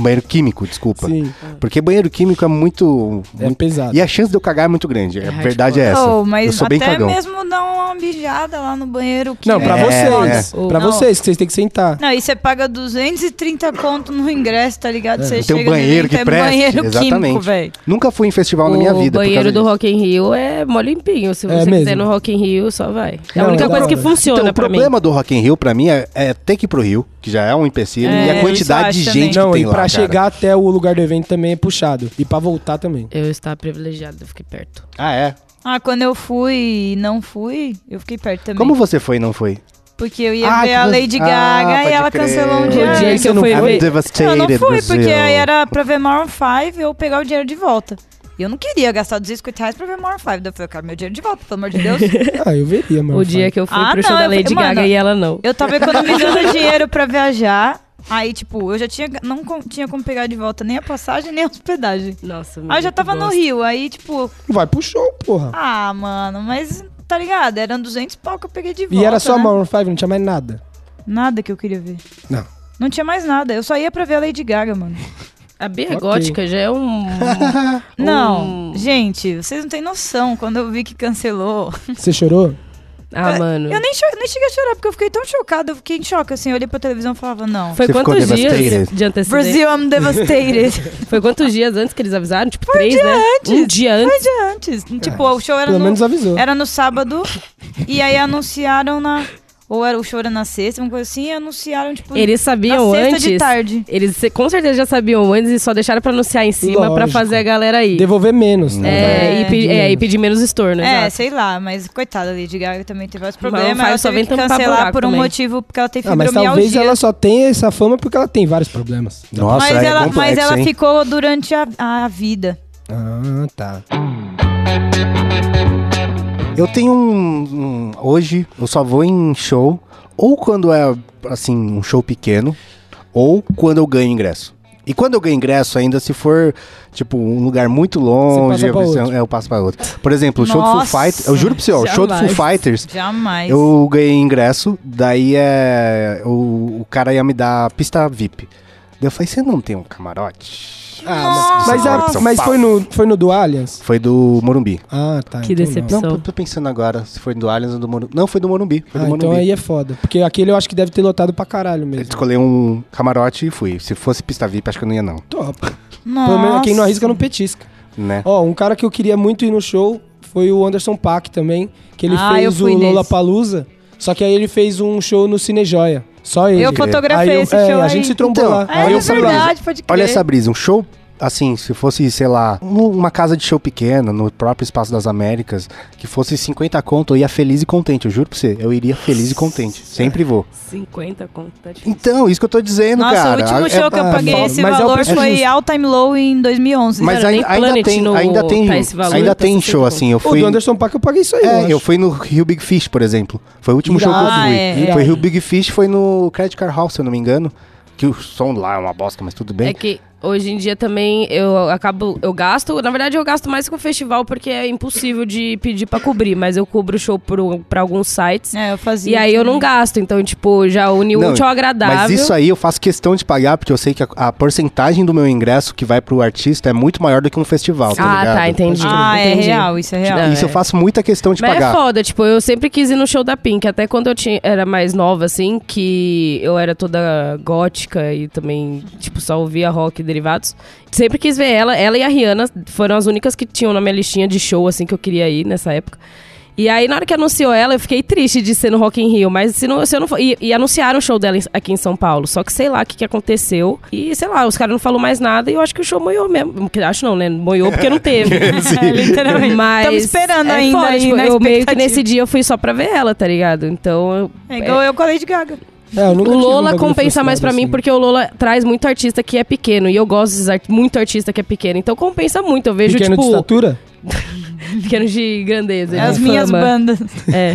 S1: banheiro químico, desculpa.
S3: Sim.
S1: Porque banheiro químico é muito.
S3: É
S1: muito-
S3: pesado. tipo,
S1: E a chance de eu cagar é muito grande. a
S2: hardcore.
S1: verdade é essa.
S4: Oh, mas
S1: eu sou bem
S4: até
S1: cagão.
S4: mesmo dar uma mijada lá no banheiro. que
S3: Não, pra
S4: é-
S1: É,
S3: vocês.
S2: é.
S3: Pra
S4: Não.
S3: vocês, que vocês têm que sentar.
S4: Não, e você paga 230 conto no ingresso, tá ligado? Você
S1: Não tem um
S4: chega no
S1: banheiro
S4: evento,
S1: que
S4: é
S1: preste,
S4: banheiro
S1: exatamente.
S4: químico, velho.
S1: Nunca fui em festival na minha
S2: o
S1: vida. por
S2: banheiro
S1: causa
S2: do
S1: disso.
S2: Rock in Rio é mó limpinho. Se
S3: É
S2: você quiser
S3: mesmo.
S2: no Rock in Rio, só vai. É a
S3: Não,
S2: única
S3: é da
S2: coisa que
S3: hora.
S2: funciona
S1: Então, o
S2: pra mim.
S1: problema do Rock in Rio pra mim é, é ter que ir pro Rio, que já é um empecilho,
S4: É,
S1: e a quantidade de
S4: isso eu acho
S1: gente
S3: Não,
S1: que tem
S3: e
S1: lá,
S3: pra
S1: cara.
S3: chegar até o lugar do evento também é puxado. E pra voltar também.
S2: Eu estava privilegiado, eu fiquei perto.
S1: Ah, é?
S4: Ah, quando eu fui e não fui, eu fiquei perto também.
S1: Como você foi e não foi?
S4: Porque eu ia
S1: Ah,
S4: ver
S1: que
S4: a
S1: você-
S4: Lady
S1: Ah,
S4: Gaga e
S1: pode
S4: ela
S1: crer.
S4: cancelou um
S1: O
S4: dia.
S2: dia
S4: antes.
S2: que eu fui
S4: Eu
S2: ver- Foi-
S1: Ah, devastated,
S4: não, eu não fui,
S1: Brasil.
S4: porque aí era pra ver Maroon 5 e eu pegar o dinheiro de volta. E eu não queria gastar 250 reais pra ver Maroon 5. Daí eu falei, eu quero meu dinheiro de volta, pelo amor de Deus.
S3: Ah, eu veria, mano.
S2: o dia que eu fui
S4: Ah,
S2: pro show
S4: não,
S2: da
S4: eu fui-
S2: Lady Gaga
S4: mano,
S2: e ela não.
S4: Eu tava economizando dinheiro pra viajar. Aí, tipo, eu já tinha, não com- tinha como pegar de volta nem a passagem, nem a hospedagem.
S2: Nossa,
S4: Aí eu já tava no Rio, aí, tipo,
S3: Vai pro show, porra.
S4: ah, mano, mas tá ligado? Eram 200 pau que eu peguei de volta.
S3: e era só
S4: né?
S3: Maroon 5, não tinha mais nada.
S4: Nada que eu queria ver.
S3: Não.
S4: Não tinha mais nada. Eu só ia pra ver a Lady Gaga, mano.
S2: A Bia
S3: Ok.
S2: Gótica já é um...
S4: Não, gente, vocês não têm noção. Quando eu vi que cancelou.
S3: Você chorou?
S2: Ah, mano.
S4: Eu nem, cho- nem cheguei a chorar, porque eu fiquei tão chocada. Eu fiquei em choque, assim. Eu olhei pra televisão e falava, não.
S2: Foi
S1: Você ficou
S2: quantos dias
S1: devastated?
S2: de antecedência?
S4: Brasil, I'm devastated.
S2: Foi quantos dias antes que eles avisaram? Tipo,
S4: Foi um
S2: três,
S4: dia
S2: né?
S4: antes.
S2: Um dia antes.
S4: Foi de antes. Tipo, o show era
S3: É. Pelo
S4: no,
S3: menos avisou.
S4: era no sábado. e aí anunciaram na. Ou era o show era na sexta, uma coisa assim. E anunciaram, tipo.
S2: Eles sabiam
S4: na sexta
S2: antes.
S4: de tarde.
S2: Eles se- com certeza já sabiam antes e só deixaram pra anunciar em cima pra
S3: Lógico.
S2: fazer a galera ir.
S3: Devolver menos.
S2: É,
S3: né?
S2: e pe- é, e pedir menos estorno,
S4: É,
S2: exato.
S4: sei lá, mas coitada, a Lady Gaga também teve vários
S2: Maroon
S4: problemas.
S2: five
S4: Ela
S2: só
S4: teve
S2: vem
S4: que
S2: tampar
S4: cancelar
S2: buraco
S4: por um
S2: também.
S4: motivo, porque ela tem
S3: Ah, mas
S4: fibromialgia.
S3: talvez ela só tenha essa fama porque ela tem vários problemas.
S1: Nossa,
S4: mas
S1: é
S4: ela,
S1: complexo,
S4: mas ela
S1: hein?
S4: ficou durante a, a vida.
S3: Ah, tá.
S1: Eu tenho um, um- Hoje eu só vou em show, ou quando é, assim, um show pequeno, ou quando eu ganho ingresso. E quando eu ganho ingresso, ainda se for, tipo, um lugar muito longe,
S3: Você passa pra
S1: eu,
S3: outro.
S1: é, eu passo pra outro. Por exemplo, o show do Foo
S4: Nossa,
S1: Fighters. Eu juro pro senhor, o show do Foo
S2: jamais.
S1: Fighters.
S4: Jamais.
S1: Eu ganhei ingresso, daí é. O, o cara ia me dar pista VIP. Daí eu falei, você não tem um camarote?
S3: Ah, mas, mas,
S1: Nossa.
S3: a- mas foi, no, foi no do Allianz?
S1: Foi do Morumbi.
S3: Ah, tá.
S2: Que
S3: então
S2: decepção.
S1: Não,
S2: Só.
S1: tô, tô pensando agora se foi do Allianz ou do Morumbi. Não, foi do Morumbi. Foi
S3: Não. Ah,
S1: do Morumbi.
S3: então aí é foda. Porque aquele eu acho que deve ter lotado pra caralho
S1: Eu
S3: mesmo.
S1: escolhi um camarote e fui. Se fosse pista VIP, acho que eu não ia, não.
S3: Top.
S4: Nossa.
S3: Pelo menos quem não arrisca não petisca.
S1: Né?
S3: Ó, um cara que eu queria muito ir no show foi o Anderson Paak também, que ele
S4: Ah, eu
S3: fez o
S4: fui nesse.
S3: Lola Palusa, só que aí ele fez um show no Cinejoia. Só ele.
S4: Eu fotografei
S3: Aí eu-
S4: esse
S3: é,
S4: show
S3: A
S4: aí.
S3: gente se trombou
S1: Então,
S3: lá.
S4: Ah,
S3: aí
S4: é
S3: eu fui lá.
S4: verdade, pode crer.
S1: Olha essa brisa, um show, assim, se fosse, sei lá, um- uma casa de show pequena, no próprio Espaço das Américas, que fosse 50 conto, eu ia feliz e contente, eu juro pra você. Eu iria feliz e contente. Sempre vou.
S2: 50 conto, tá difícil.
S1: Então, isso que eu tô dizendo,
S4: Nossa,
S1: cara.
S4: o último
S1: É-
S4: show que eu
S3: ah,
S4: paguei
S3: não,
S4: esse
S3: mas é o
S4: valor
S3: preço
S4: foi
S3: justo.
S4: all time low em 2011.
S1: Mas
S2: Cara,
S1: ai-
S2: nem
S1: ainda
S2: Planet
S1: tem,
S2: no-
S1: ainda tem,
S2: tá esse valor,
S1: ainda
S2: tá
S1: tem
S2: 60
S1: show assim. Eu
S3: O
S1: fui,
S3: do Anderson Paak eu paguei isso aí,
S1: é,
S3: eu
S1: eu,
S3: acho.
S1: fui no Rio Big Fish, por exemplo. Foi o último show que eu
S2: ah,
S3: Irado,
S1: fui.
S4: é,
S3: irado.
S1: Foi Rio Big Fish, foi no Credit Card House, se eu não me engano. Que o som lá é uma bosta, mas tudo bem.
S2: É que hoje em dia também eu acabo, eu gasto, na verdade eu gasto mais com o festival porque é impossível de pedir pra cobrir, mas eu cubro o show por- um, pra alguns sites.
S4: É, eu fazia.
S2: E aí eu não
S4: também.
S2: gasto, então, tipo, já uni o
S1: Não,
S2: útil ao agradável.
S1: Mas isso é aí eu faço questão de pagar, porque eu sei que a, a porcentagem do meu ingresso que vai pro artista é muito maior do que um festival, tá
S2: ah,
S1: ligado?
S2: tá, entendi.
S4: Ah, é
S2: entendi.
S4: real, isso é real.
S2: Não,
S1: Isso
S2: é.
S1: eu faço muita questão de
S2: Mas é
S1: pagar.
S2: foda, tipo, eu sempre quis ir no show da Pink, até quando eu tinha, era mais nova, assim, que eu era toda gótica e também, tipo, só ouvia rock e derivados. Sempre quis ver ela, ela e a Rihanna foram as únicas que tinham na minha listinha de show, assim, que eu queria ir nessa época. E aí, na hora que anunciou ela, eu fiquei triste de ser no Rock in Rio, mas se, não, se eu não for... E, e anunciaram o show dela em- aqui em São Paulo, só que sei lá o que, que aconteceu. E sei lá, os caras não falaram mais nada e eu acho que o show moiou mesmo. Que- Acho não, né? Moiou porque não teve.
S4: É, Literalmente.
S2: Mas
S4: Tamo esperando
S2: é
S4: ainda
S2: foda,
S4: aí
S2: tipo,
S4: na
S2: eu meio que
S4: expectativa.
S2: nesse dia eu fui só pra ver ela, tá ligado? Então. eu-
S4: É igual eu com a Lady Gaga.
S3: É, eu nunca
S2: o
S3: tive um
S2: Lola
S3: bagulho
S2: compensa
S3: frustrado
S2: mais pra mim
S3: assim.
S2: porque o Lola traz muito artista que é pequeno e eu gosto de muito artista que é pequeno. Então compensa muito. Eu vejo
S3: Pequeno de
S2: tipo
S3: estatura?
S2: pequeno de grandeza,
S4: É, As
S2: de
S4: minhas
S2: É. fama.
S4: bandas.
S2: É.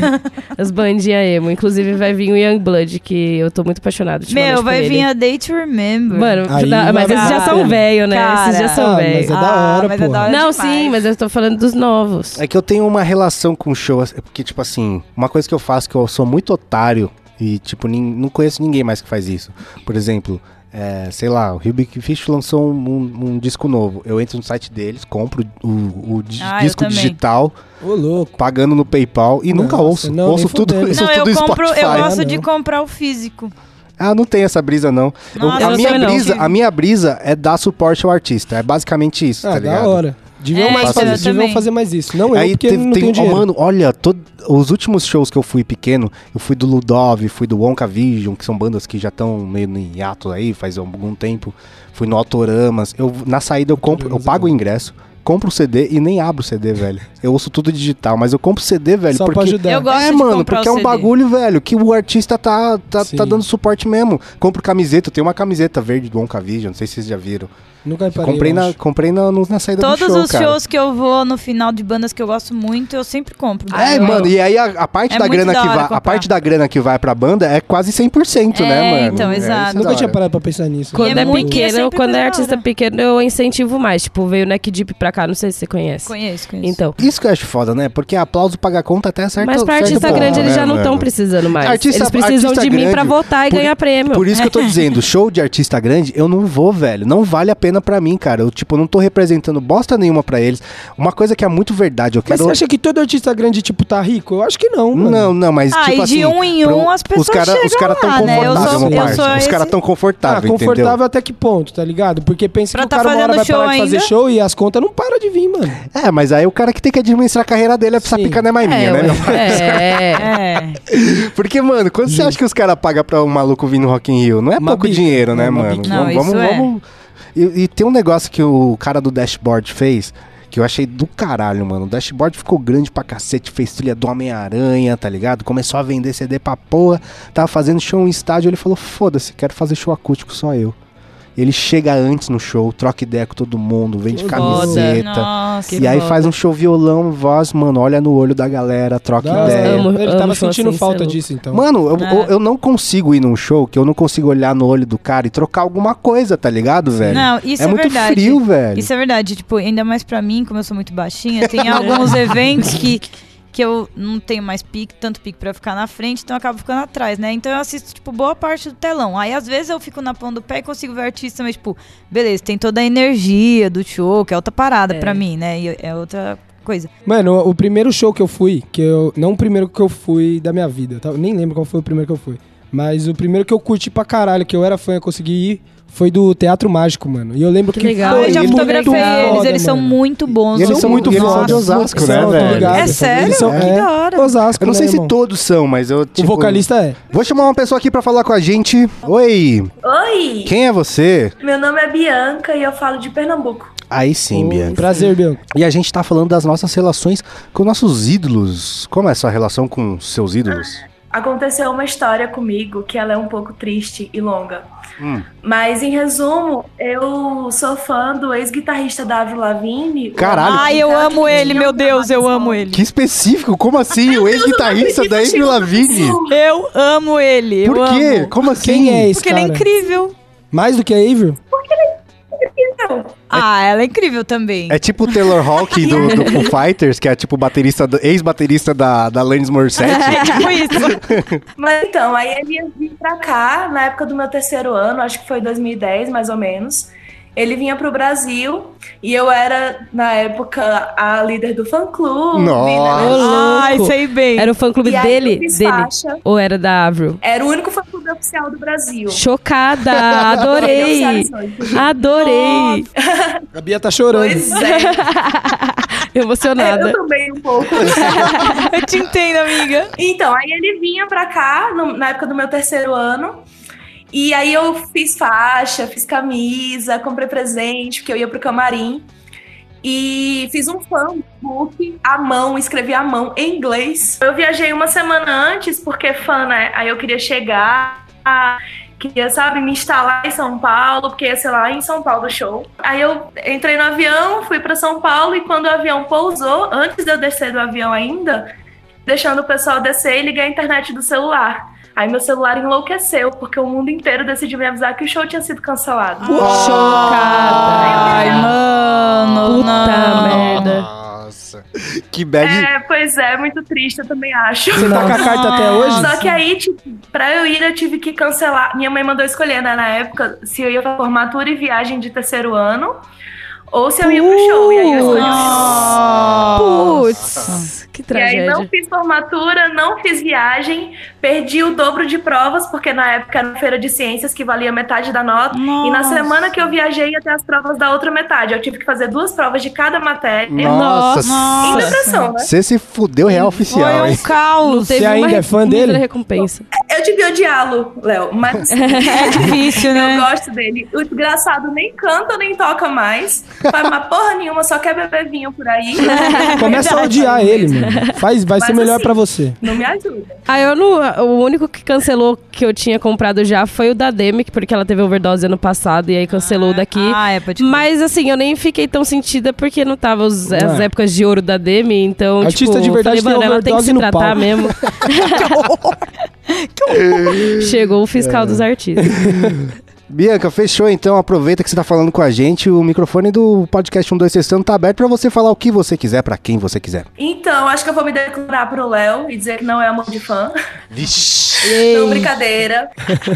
S2: As bandinhas emo, inclusive vai vir o Youngblood que eu tô muito apaixonado
S4: Meu, vai vir
S2: a...
S4: a Day to Remember.
S2: Mano,
S3: Aí
S2: dá- mas
S3: vai
S2: esses já
S4: valer a
S2: são
S3: pena.
S2: velho, né?
S4: Cara,
S2: esses já
S3: ah,
S2: são
S3: mas
S2: velho.
S3: é da hora,
S4: mas é
S3: pô.
S4: da hora
S2: Não,
S4: demais.
S2: sim, mas eu tô falando dos novos.
S1: É que eu tenho uma relação com show, assim, porque, tipo assim, uma coisa que eu faço que eu sou muito otário E, tipo, nin- não conheço ninguém mais que faz isso. Por exemplo, é, sei lá, o Rio Big Fish lançou um, um- um disco novo. Eu entro no site deles, compro o, o di-
S4: Ah, eu
S1: disco
S4: também.
S1: digital,
S3: Ô, louco.
S1: pagando no PayPal e nunca
S3: Nossa,
S1: ouço.
S3: não,
S1: ouço
S3: nem
S1: tudo,
S3: fudendo.
S1: ouço
S4: Não, eu
S1: tudo
S4: compro,
S1: Spotify. né,
S4: eu gosto
S3: Ah,
S4: de
S3: não.
S4: comprar o físico.
S1: Ah, não tem essa brisa, não. Eu-
S4: Nossa,
S1: a,
S2: eu
S1: minha
S2: também não.
S1: brisa, a minha brisa é dar suporte ao artista. É basicamente isso,
S3: Ah,
S1: tá ligado?
S3: da hora. Deviam,
S4: É,
S3: mais
S1: isso eu
S3: fazer, deviam
S4: também.
S3: fazer mais isso. Não eu,
S1: Aí
S3: porque
S1: teve,
S3: não
S1: tem-
S3: tenho
S1: ó,
S3: dinheiro.
S1: mano, olha, todo- os últimos shows que eu fui pequeno, eu fui do Ludov, fui do Wonka Vision, que são bandas que já estão meio no hiato aí, faz algum tempo. Fui no Autoramas. Eu, na saída eu compro, eu
S3: Autoramas é
S1: pago o
S3: bom.
S1: ingresso, compro o CD e nem abro o CD, velho. Eu ouço tudo digital, mas eu compro o CD, velho,
S3: Só pra
S1: porque
S3: ajudar.
S4: Eu gosto
S1: é,
S4: de
S1: mano,
S4: comprar
S1: porque
S4: o
S1: é um
S4: CD.
S1: bagulho, velho, que o artista tá, tá,
S3: Sim.
S1: tá dando suporte mesmo. Compro camiseta, eu tenho uma camiseta verde do Wonka Vision, não sei se vocês já viram.
S3: Nunca reparei.
S1: comprei
S3: eu
S1: na,
S3: acho.
S1: comprei na, no- na saída
S4: Todos
S1: é do show,
S4: os
S1: cara.
S4: shows que eu vou no final de bandas que eu gosto muito, eu sempre compro.
S1: É,
S4: Eu-
S1: mano, e aí a, a parte
S4: É
S1: da
S4: muito
S1: grana
S4: da
S1: que
S4: hora
S1: vai, a
S4: comprar.
S1: parte da grana que vai pra banda é quase 100%, né,
S4: É,
S1: mano?
S4: então,
S1: isso
S4: exato.
S1: da
S3: Nunca
S1: hora.
S3: tinha parado pra pensar nisso.
S2: Quando
S4: E
S2: é,
S4: é muito- e é
S2: pequeno,
S4: sempre
S2: quando
S4: coisa
S2: é
S4: da
S2: artista
S5: né?
S4: hora.
S2: pequeno, eu incentivo mais. Tipo, veio o Neck Deep pra cá, não sei se você conhece.
S4: Conheço, conheço.
S2: Então.
S1: Isso que eu acho foda, né? Porque aplauso paga conta até certo
S2: Mas pra
S1: certo
S2: artista
S1: ponto,
S2: grande, eles
S1: né,
S2: já não estão
S1: mano?
S2: precisando mais.
S1: Artista-
S2: eles precisam
S1: artista
S2: de mim pra
S1: grande,
S2: votar e
S1: por-
S2: ganhar prêmio.
S1: Por isso que eu tô dizendo, show de artista grande, eu não vou, velho. Não vale a pena pra mim, cara. Eu, tipo, não tô representando bosta nenhuma pra eles. Uma coisa que é muito verdade, eu
S3: Mas
S1: quero...
S3: você acha que todo artista grande, tipo, tá rico? Eu acho que não, mano.
S1: Não, não, mas
S4: Ah,
S1: tipo
S4: e de
S1: assim,
S4: um em um
S1: pro-
S4: as pessoas
S1: os cara, os
S4: chegam
S1: cara tão
S4: lá, né? Eu
S1: confortáveis,
S3: sou-
S1: meu
S3: eu
S1: parceiro.
S4: sou
S1: Os caras
S4: esse-
S1: tão
S3: Ah,
S1: confortáveis,
S3: confortável
S1: entendeu?
S3: até que ponto, tá ligado? Porque pensa
S4: Pra
S3: que o
S4: tá
S3: cara uma hora vai
S4: fazendo
S3: parar de
S4: show
S3: fazer
S4: ainda.
S3: show e as contas não param de vir, mano.
S1: É, mas aí o cara que tem que administrar a carreira dele, essa
S3: Sim.
S1: pica não é mais minha,
S2: É,
S1: né,
S2: ué.
S1: meu?
S2: é, é.
S4: É.
S1: Porque, mano, quando você acha que os caras pagam pra um maluco vir no Rock in Rio? Não é
S3: Uma
S1: pouco
S3: bica.
S1: dinheiro, né,
S3: É, uma
S1: mano?
S3: bica.
S4: Não, isso é.
S1: E, e tem um negócio que o cara do Dashboard fez que eu achei do caralho, mano. O Dashboard ficou grande pra cacete, fez trilha do Homem-Aranha, tá ligado? Começou a vender CD pra porra, tava fazendo show em estádio, ele falou, foda-se, quero fazer show acústico só eu. Ele chega antes no show, troca ideia com todo mundo, vende
S3: Que
S2: foda.
S1: camiseta.
S4: Nossa.
S1: E aí
S2: foda.
S1: faz um show violão, voz, mano, olha no olho da galera, troca
S3: Nossa,
S1: ideia.
S2: amo,
S3: ele
S2: amo
S3: tava
S2: show
S3: sentindo
S2: assim,
S3: falta
S2: cê é
S3: disso, então.
S1: Mano, eu,
S4: É.
S1: eu- eu não consigo ir num show que eu não consigo olhar no olho do cara e trocar alguma coisa, tá ligado, velho?
S4: Não, isso é,
S1: muito
S4: verdade.
S1: frio, velho.
S4: Isso é verdade, tipo, ainda mais pra mim, como eu sou muito baixinha, tem alguns
S1: É.
S4: eventos que, que eu não tenho mais pique, tanto pique pra ficar na frente, então eu acabo ficando atrás, né? Então eu assisto, tipo, boa parte do telão. Aí às vezes eu fico na ponta do pé e consigo ver artista, mas, tipo, beleza, tem toda a energia do show, que é outra parada
S2: É.
S4: pra mim, né? E é outra coisa.
S3: Mano, o primeiro show que eu fui, que eu. Não o primeiro que eu fui da minha vida, tá? Eu nem lembro qual foi o primeiro que eu fui. Mas o primeiro que eu curti pra caralho, que eu era fã e eu consegui ir, foi do Teatro Mágico, mano. E eu lembro
S2: Que
S3: que.
S2: legal.
S4: Ah,
S3: foi
S4: eu já
S2: muito
S4: fotografei
S2: foda,
S4: eles, eles são
S3: mano.
S4: muito bons.
S1: E eles
S4: no-
S1: são muito
S4: no-
S1: eles são
S4: Nossa.
S1: de Osasco,
S3: São,
S1: né,
S3: tá
S1: velho?
S3: ligado?
S4: É
S3: Eles
S4: sério?
S3: são-
S4: Que
S3: é,
S4: da hora.
S3: Osasco,
S1: Eu não sei
S3: né,
S1: se
S3: irmão?
S1: todos são, mas eu.
S3: O
S1: tipo,
S3: vocalista é.
S1: Vou chamar uma pessoa aqui pra falar com a gente. Oi,
S5: Oi!
S1: quem é você?
S5: Meu nome é Bianca e eu falo de Pernambuco.
S1: Aí sim, Bianca.
S3: Prazer, Bianco.
S1: E a gente tá falando das nossas relações com nossos ídolos. Como é a sua relação com seus ídolos?
S5: Aconteceu uma história comigo que ela é um pouco triste e longa.
S1: Hum.
S5: Mas em resumo, eu sou fã do ex-guitarrista Davi Lavigne.
S1: Caralho.
S4: Ai, eu amo ele, meu Deus, eu amo ele.
S1: Que específico, como assim? O ex-guitarrista da Avril Lavigne?
S4: Eu amo ele.
S1: Por
S4: eu
S1: quê?
S4: amo.
S1: Como assim?
S3: Quem é esse
S4: Porque
S3: cara?
S4: ele é incrível.
S3: Mais do que a Avril?
S4: Ah, ela é incrível também.
S1: É tipo o Taylor Hawking do, do Foo Fighters, que é tipo baterista, do- ex-baterista da, da Alanis Morissette.
S4: É tipo isso.
S5: Mas então, aí ele ia vir pra cá na época do meu terceiro ano, acho que foi 2010, mais ou menos. Ele vinha pro Brasil e eu era, na época, a líder do fã-clube.
S1: Nossa.
S5: né?
S4: Ai,
S2: louco.
S4: sei bem.
S2: é. Era o fã-clube
S5: E aí eu
S2: dele?
S5: fiz
S2: Dele?
S5: faixa.
S2: Ou era da Avril?
S5: Era o único fã-clube oficial do Brasil.
S2: Chocada!
S5: Ele é
S2: Adorei!
S5: oficializou, inclusive.
S2: Adorei!
S3: A Bia tá chorando.
S5: Pois é, eu
S2: Emocionada.
S5: também um pouco.
S4: Eu te entendo, amiga.
S5: Então, aí ele vinha pra cá no- na época do meu terceiro ano. E aí eu fiz faixa, fiz camisa, comprei presente, porque eu ia pro camarim. E fiz um fanbook à mão, escrevi à mão em inglês. Eu viajei uma semana antes, porque fã, né? Aí eu queria chegar, queria, sabe, me instalar em São Paulo, porque ia ser lá em São Paulo o show. Aí eu entrei no avião, fui pra São Paulo e quando o avião pousou, antes de eu descer do avião ainda, deixando o pessoal descer e ligar a internet do celular. Aí meu celular enlouqueceu, porque o mundo inteiro decidiu me avisar que o show tinha sido cancelado.
S2: Chocada!
S4: Ai, mano.
S2: Puta
S4: não.
S2: merda.
S1: Nossa, Nossa, que bad.
S5: É, pois é, muito triste, eu também acho.
S3: Você tá com a carta até hoje?
S5: Só que aí, tipo, pra eu ir, eu tive que cancelar. Minha mãe mandou escolher, né, na época, se eu ia pra formatura e viagem de terceiro ano ou se eu ia pro show. E aí eu escolhi o show.
S2: Putz, que
S5: E aí
S2: tragédia.
S5: não fiz formatura, não fiz viagem, perdi o dobro de provas, porque na época era uma feira de ciências que valia metade da nota. E na semana que eu viajei, ia ter as provas da outra metade. Eu tive que fazer duas provas de cada matéria.
S1: É Nossa,
S5: Em
S4: Nossa.
S5: depressão, né?
S1: você se fudeu real oficial,
S4: Foi um
S1: hein?
S4: caos.
S3: Você ainda é fã dele?
S2: mínima recompensa.
S5: Eu devia odiá-lo, Léo, mas
S4: É difícil,
S5: eu
S4: né?
S5: gosto dele. O desgraçado nem canta, nem toca mais. Faz uma porra nenhuma, só quer beber vinho por aí.
S3: Começa a odiar ele,
S4: é.
S3: mano. Faz, vai ser
S5: Mas
S3: melhor
S5: assim-
S3: pra você.
S5: Não me ajuda.
S2: Ah, eu não. O único que cancelou que eu tinha comprado já foi o da Demic, porque ela teve overdose ano passado e aí cancelou o daqui.
S4: Ah, é, pode crer.
S2: Mas assim, eu nem fiquei tão sentida porque não tava os-
S3: É.
S2: as épocas de ouro da Demi, então.
S3: Artista
S2: tipo,
S3: de verdade
S2: eu falei,
S3: tem
S2: mano, ela tem que
S3: overdose
S2: se
S3: no
S2: tratar
S3: palco."
S2: mesmo. Chegou o
S3: É.
S2: fiscal dos artistas.
S1: Bianca, fechou então. Aproveita que você tá falando com a gente. O microfone do podcast 126 tá aberto pra você falar o que você quiser, pra quem você quiser.
S5: Então, acho que eu vou me declarar pro Léo e dizer que não é amor de fã.
S1: Vixe.
S5: Não, brincadeira.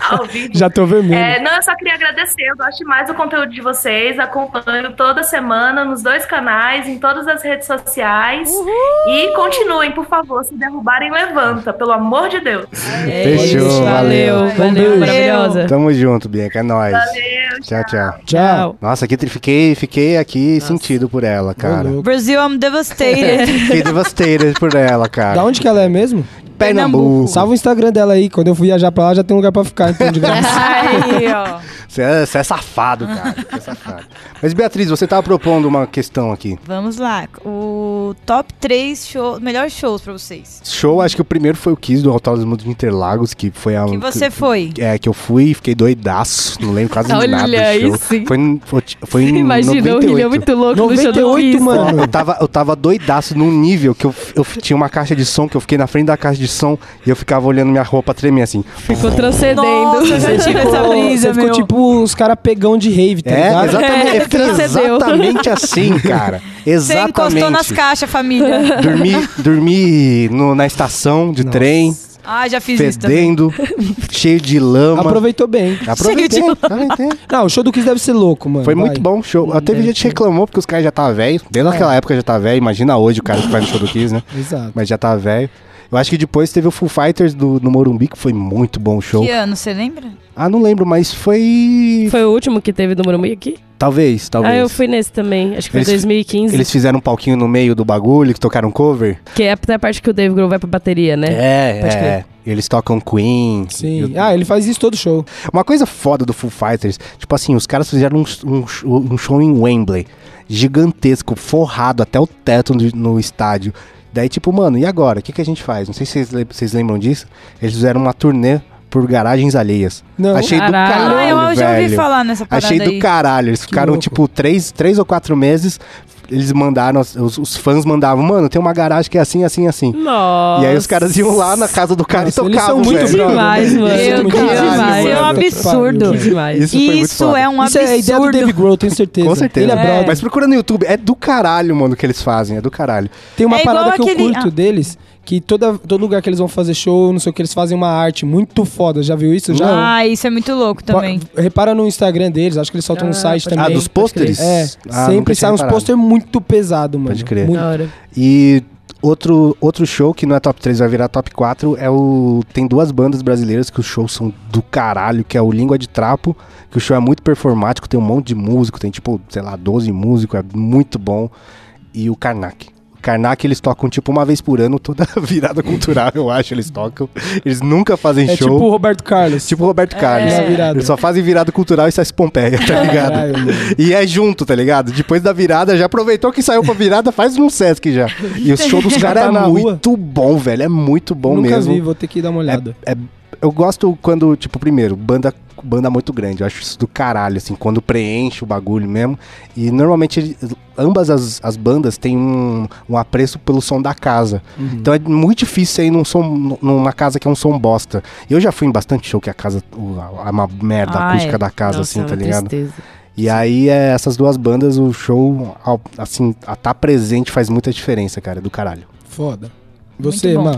S5: Ao vivo.
S3: Já tô vermelho.
S5: É, não, eu só queria agradecer. Eu gosto demais do conteúdo de vocês. Acompanho toda semana nos dois canais, em todas as redes sociais. E continuem, por favor. Se derrubarem, levanta, pelo amor de Deus.
S2: É
S1: Fechou,
S2: Valeu,
S1: valeu.
S2: valeu,
S3: Um
S2: maravilhosa.
S3: Tá
S1: Tamo junto, Bianca. É nóis. tchau, tchau.
S3: Tchau.
S1: Nossa, que tri- fiquei, fiquei aqui sentido por ela, cara.
S3: louco.
S4: Brasil, I'm devastated.
S1: Fiquei devastated por ela, cara.
S3: Da onde que ela é mesmo?
S1: Pernambuco.
S3: Salva o Instagram dela aí. Quando eu fui viajar pra lá, já tem lugar pra ficar, então, de graça.
S4: É, Aí, ó.
S1: Você é, você é safado, cara. Você é safado. Mas, Beatriz, você tava propondo uma questão aqui.
S4: Vamos lá. O top 3 show, melhores shows pra vocês.
S1: Show, acho que o primeiro foi o Kiss do Autódromo de Interlagos, que foi a.
S4: Que você foi.
S1: É, que eu fui e fiquei doidaço. Não lembro quase
S2: Olha
S1: nada do
S2: aí
S1: show.
S2: sim.
S1: Foi, em- foi, foi em
S2: Imagina, o
S1: 98.
S2: Rilho é muito louco no show do
S3: 98,
S2: Kiss.
S3: mano.
S1: Eu tava, eu tava doidaço num nível que eu, eu tinha uma caixa de som, que eu fiquei na frente da caixa de som e eu ficava olhando minha roupa tremer assim.
S2: Ficou transcendendo.
S4: Nossa, eu já tive essa brisa,
S3: Você ficou
S4: meu.
S3: tipo os caras pegão de rave, tá
S1: É,
S3: ligado?
S1: exatamente, eu fiquei
S2: Transcendeu.
S1: exatamente assim, cara.
S4: Você
S1: Exatamente.
S4: encostou nas caixas, família.
S1: Dormi, dormi no- na estação de trem,
S4: Ah, já fiz isso também.
S1: fedendo, cheio de lama.
S3: Aproveitou bem.
S1: Aproveitei,
S4: Cheio
S1: aproveitei.
S3: Não, o show do Kiss deve ser louco, mano.
S1: Foi
S3: Vai.
S1: muito bom o show. Até teve gente que reclamou porque os caras já tá velho. Desde aquela época já tá velho. Imagina hoje o cara que vai no show do Kiss, né?
S3: Exato.
S1: Mas já tá velho. Eu acho que depois teve o Full Fighters do, no Morumbi, que foi muito bom o show.
S4: Que ano, você lembra?
S1: Ah, não lembro, mas foi.
S2: Foi o último que teve do Morumbi aqui?
S1: Talvez, talvez.
S2: Ah, eu fui nesse também. Acho que foi
S1: Eles-
S2: 2015.
S1: Eles fizeram um palquinho no meio do bagulho, que tocaram cover.
S2: Que é até a parte que o Dave Grohl vai pra bateria, né?
S1: É,
S2: Pode
S1: é. Eles tocam Queen.
S3: Sim.
S1: Eu-
S3: Ah, ele faz isso todo show.
S1: Uma coisa foda do Full Fighters, tipo assim, os caras fizeram um, um show- um show em Wembley, gigantesco, forrado até o teto no, no estádio. Daí, tipo, mano, e agora? O que, que a gente faz? Não sei se vocês, le- vocês lembram disso. Eles fizeram uma turnê por garagens alheias.
S3: Não.
S1: Achei
S2: Caralho.
S1: do
S4: Ah,
S1: caralho,
S4: eu já ouvi
S1: velho.
S4: falar nessa parada
S1: Achei
S4: aí.
S1: do caralho. Eles ficaram,
S3: louco.
S1: tipo, três, três ou quatro meses. Eles mandaram, os, os fãs mandavam, mano, tem uma garagem que é assim, assim, assim.
S2: Nossa.
S1: E aí os caras iam lá na casa do cara
S3: Nossa,
S1: e
S3: eles são
S1: tocavam,
S3: muito
S1: velho.
S3: brother,
S2: Demais,
S3: né?
S2: mano.
S3: Eles são muito
S1: Meu
S3: brother,
S1: Deus,
S3: mano.
S1: isso é um
S4: absurdo.
S2: Que demais.
S1: Isso foi muito
S4: Isso
S1: foda.
S4: é um
S3: Isso é a ideia do
S4: absurdo.
S3: Dave Grohl, tenho certeza.
S1: Com certeza.
S3: Ele é brother.
S1: Mas procura no YouTube, é do caralho, mano, o que eles fazem, é do caralho.
S3: Tem uma
S4: É igual
S3: parada que eu
S4: aquele-
S3: curto
S4: ah.
S3: deles, que toda, todo lugar que eles vão fazer show, não sei o que, eles fazem uma arte muito foda. Já viu isso? Já?
S4: Ah, isso é muito louco
S3: Po-
S4: também.
S3: Repara no Instagram deles, acho que eles soltam no
S2: Ah,
S3: site
S2: pode
S3: também.
S1: Ah, dos pôsteres?
S3: É,
S1: Ah, nunca
S3: sempre
S1: tinha
S3: sai uns
S1: reparado.
S3: pôster muito pesado, mano.
S1: Pode crer.
S3: Muito.
S2: Da hora.
S1: E outro, outro show que não é top 3, vai virar top 4, é o. Tem duas bandas brasileiras que os shows são do caralho, que é o Língua de Trapo, que o show é muito performático, tem um monte de músico, tem tipo, sei lá, 12 músicos, é muito bom. E o Karnak. O Karnak eles tocam tipo uma vez por ano, toda virada cultural, eu acho, eles tocam. Eles nunca fazem
S3: É tipo
S1: show.
S3: o Roberto Carlos.
S1: Tipo Roberto Carlos.
S3: Na virada.
S1: Eles só fazem virada cultural e sai Pompeia, tá ligado?
S3: é Caralho, mano.
S1: E é junto, tá ligado? Depois da virada, já aproveitou que saiu pra virada, faz um Sesc já. E o show dos caras é
S3: Tá na rua.
S1: muito bom, velho. É muito bom
S3: Nunca
S1: mesmo.
S3: vi, vou ter que dar uma olhada.
S1: É- eu gosto quando, tipo, primeiro, banda, banda muito grande. Eu acho isso do caralho, assim, quando preenche o bagulho mesmo. E normalmente ele- ambas as, as bandas têm um, um apreço pelo som da casa.
S2: Uhum.
S1: Então é muito difícil você ir num som, num- numa casa que é um som bosta. Eu já fui em bastante show que a casa, o- a- uma merda
S2: Ah,
S1: acústica
S2: é.
S1: da casa,
S2: Nossa,
S1: assim,
S2: é
S1: tá
S2: uma
S1: ligado?
S2: tristeza.
S1: E aí, é, essas duas bandas, o show, ao- assim, a tá presente faz muita diferença, cara, do caralho.
S3: Foda. Você,
S4: bom.
S3: Má.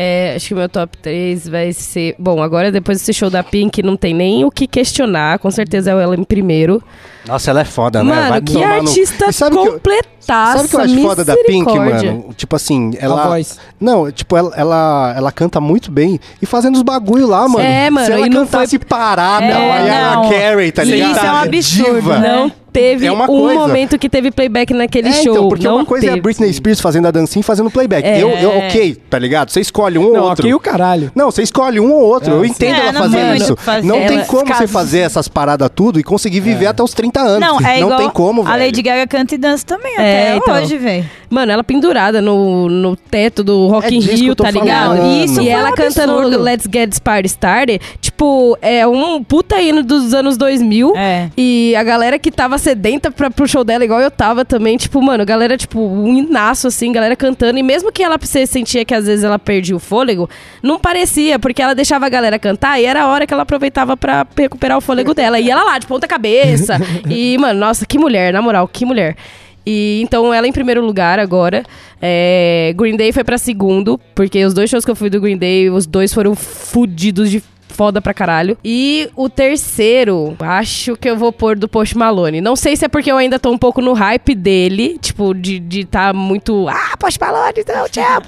S2: É, acho que o meu top 3 vai ser. Bom, agora depois desse show da Pink não tem nem o que questionar. Com certeza é ela em primeiro.
S1: Nossa, ela é foda, né?
S2: mano, que
S1: tomar no-
S2: artista
S1: E sabe o que eu-
S2: completaça.
S1: Sabe o que eu acho foda da Pink,
S2: misericórdia.
S1: mano? Tipo assim,
S3: A
S1: ela.
S3: voz.
S1: Não, tipo, ela, ela, ela canta muito bem e fazendo os bagulho lá, mano.
S2: É, mano,
S1: Se ela
S2: e não
S1: cantasse parada,
S4: É,
S1: a Yara
S4: não.
S1: Carey, tá
S4: Sim,
S1: ligado?
S4: isso é um absurdo,
S1: Diva.
S4: né?
S2: Não teve
S1: É uma
S2: um
S1: coisa.
S2: momento que teve playback naquele
S1: É,
S2: show.
S1: então, porque
S2: não
S1: uma coisa é
S2: teve.
S1: a Britney Spears fazendo a dancinha e fazendo playback.
S2: É.
S1: Eu, eu, ok, tá ligado? Você escolhe um ou
S3: Não,
S1: outro.
S3: aqui é o caralho.
S1: Não, você escolhe um ou outro. eu entendo
S4: É,
S1: ela
S4: não
S1: fazendo
S4: tem muito
S1: isso.
S4: o que fazer.
S1: Não tem
S2: Ela-
S1: como você
S2: Caso-
S1: fazer essas paradas tudo e conseguir viver até os 30 anos.
S4: Não, é igual
S1: tem como,
S4: a
S1: velho.
S4: Lady Gaga canta e dança também,
S2: É,
S4: até
S2: então.
S4: hoje, velho.
S2: Mano, ela pendurada no, no teto do Rock
S1: É
S2: in
S1: disso que
S2: Rio,
S1: eu tô
S2: tá ligado?
S1: falando. Isso
S2: e
S1: foi
S2: ela
S4: um
S2: cantando
S4: absurdo.
S2: Let's Get This Party Started, tipo, é um puta hino dos anos 2000.
S4: É.
S2: E a galera que tava sedenta pra, pro show dela, igual eu tava também, tipo, mano, galera, tipo, um inaço, assim, galera cantando. E mesmo que ela você sentia que às vezes ela perdia o fôlego, não parecia, porque ela deixava a galera cantar e era a hora que ela aproveitava pra recuperar o fôlego dela. E ela lá, de ponta cabeça. e, mano, nossa, que mulher, na moral, que mulher. E então ela em primeiro lugar agora. É, Green Day foi pra segundo, porque os dois shows que eu fui do Green Day, os dois foram fudidos de foda pra caralho. E o terceiro, acho que eu vou pôr do Post Malone. Não sei se é porque eu ainda tô um pouco no hype dele, tipo, de de tá muito. Ah, Post Malone, não, te amo.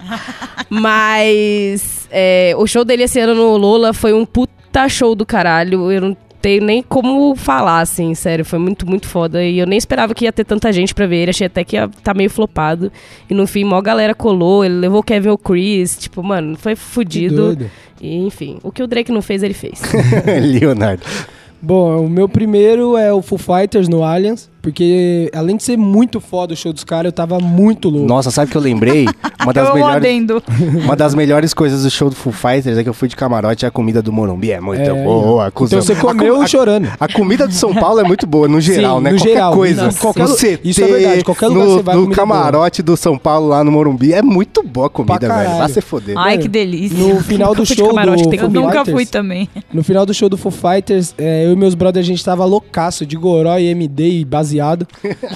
S2: Mas é, o show dele esse ano no Lola foi um puta show do caralho. Eu não tenho nem como falar, assim, sério. Foi muito, muito foda. E eu nem esperava que ia ter tanta gente pra ver ele. Achei até que ia tá meio flopado. E no fim, mó galera colou. Ele levou o Kevin O'Chris. Tipo, mano, foi
S3: Que
S2: fudido.
S3: doido.
S2: E, enfim, o que o Drake não fez, ele fez.
S1: Leonardo.
S3: Bom, o meu primeiro é o Foo Fighters no Allianz, porque além de ser muito foda o show dos caras, eu tava muito louco.
S1: Nossa, sabe o que eu lembrei? Uma das
S4: Eu amo o
S1: melhores.
S4: adendo.
S1: Uma das melhores coisas do show do Foo Fighters é que eu fui de camarote e a comida do Morumbi é muito
S3: É,
S1: boa.
S3: Então
S1: cuzão.
S3: você
S1: A com-
S3: comeu
S1: a,
S3: chorando.
S1: a comida de São Paulo é muito boa, no geral,
S3: Sim,
S1: né?
S3: no
S1: qualquer
S3: geral,
S1: coisa.
S3: não, qualquer
S1: no
S3: lu-
S1: CT,
S3: isso é verdade, qualquer lugar
S1: no,
S3: você vai,
S1: no
S3: comida é
S1: camarote do São Paulo, lá no Morumbi, é muito boa a comida,
S3: Pra
S1: velho. Vai
S3: caralho.
S1: se foder.
S4: Ai,
S3: Mano,
S4: que delícia.
S3: No final
S2: fui
S3: do
S2: de
S3: show do
S2: camarote, tem
S3: Foo
S4: Eu nunca fui
S3: Fighters,
S4: também.
S3: no final do show do Foo Fighters, é, eu e meus brothers, a gente tava loucaço de goró e MD e baseado.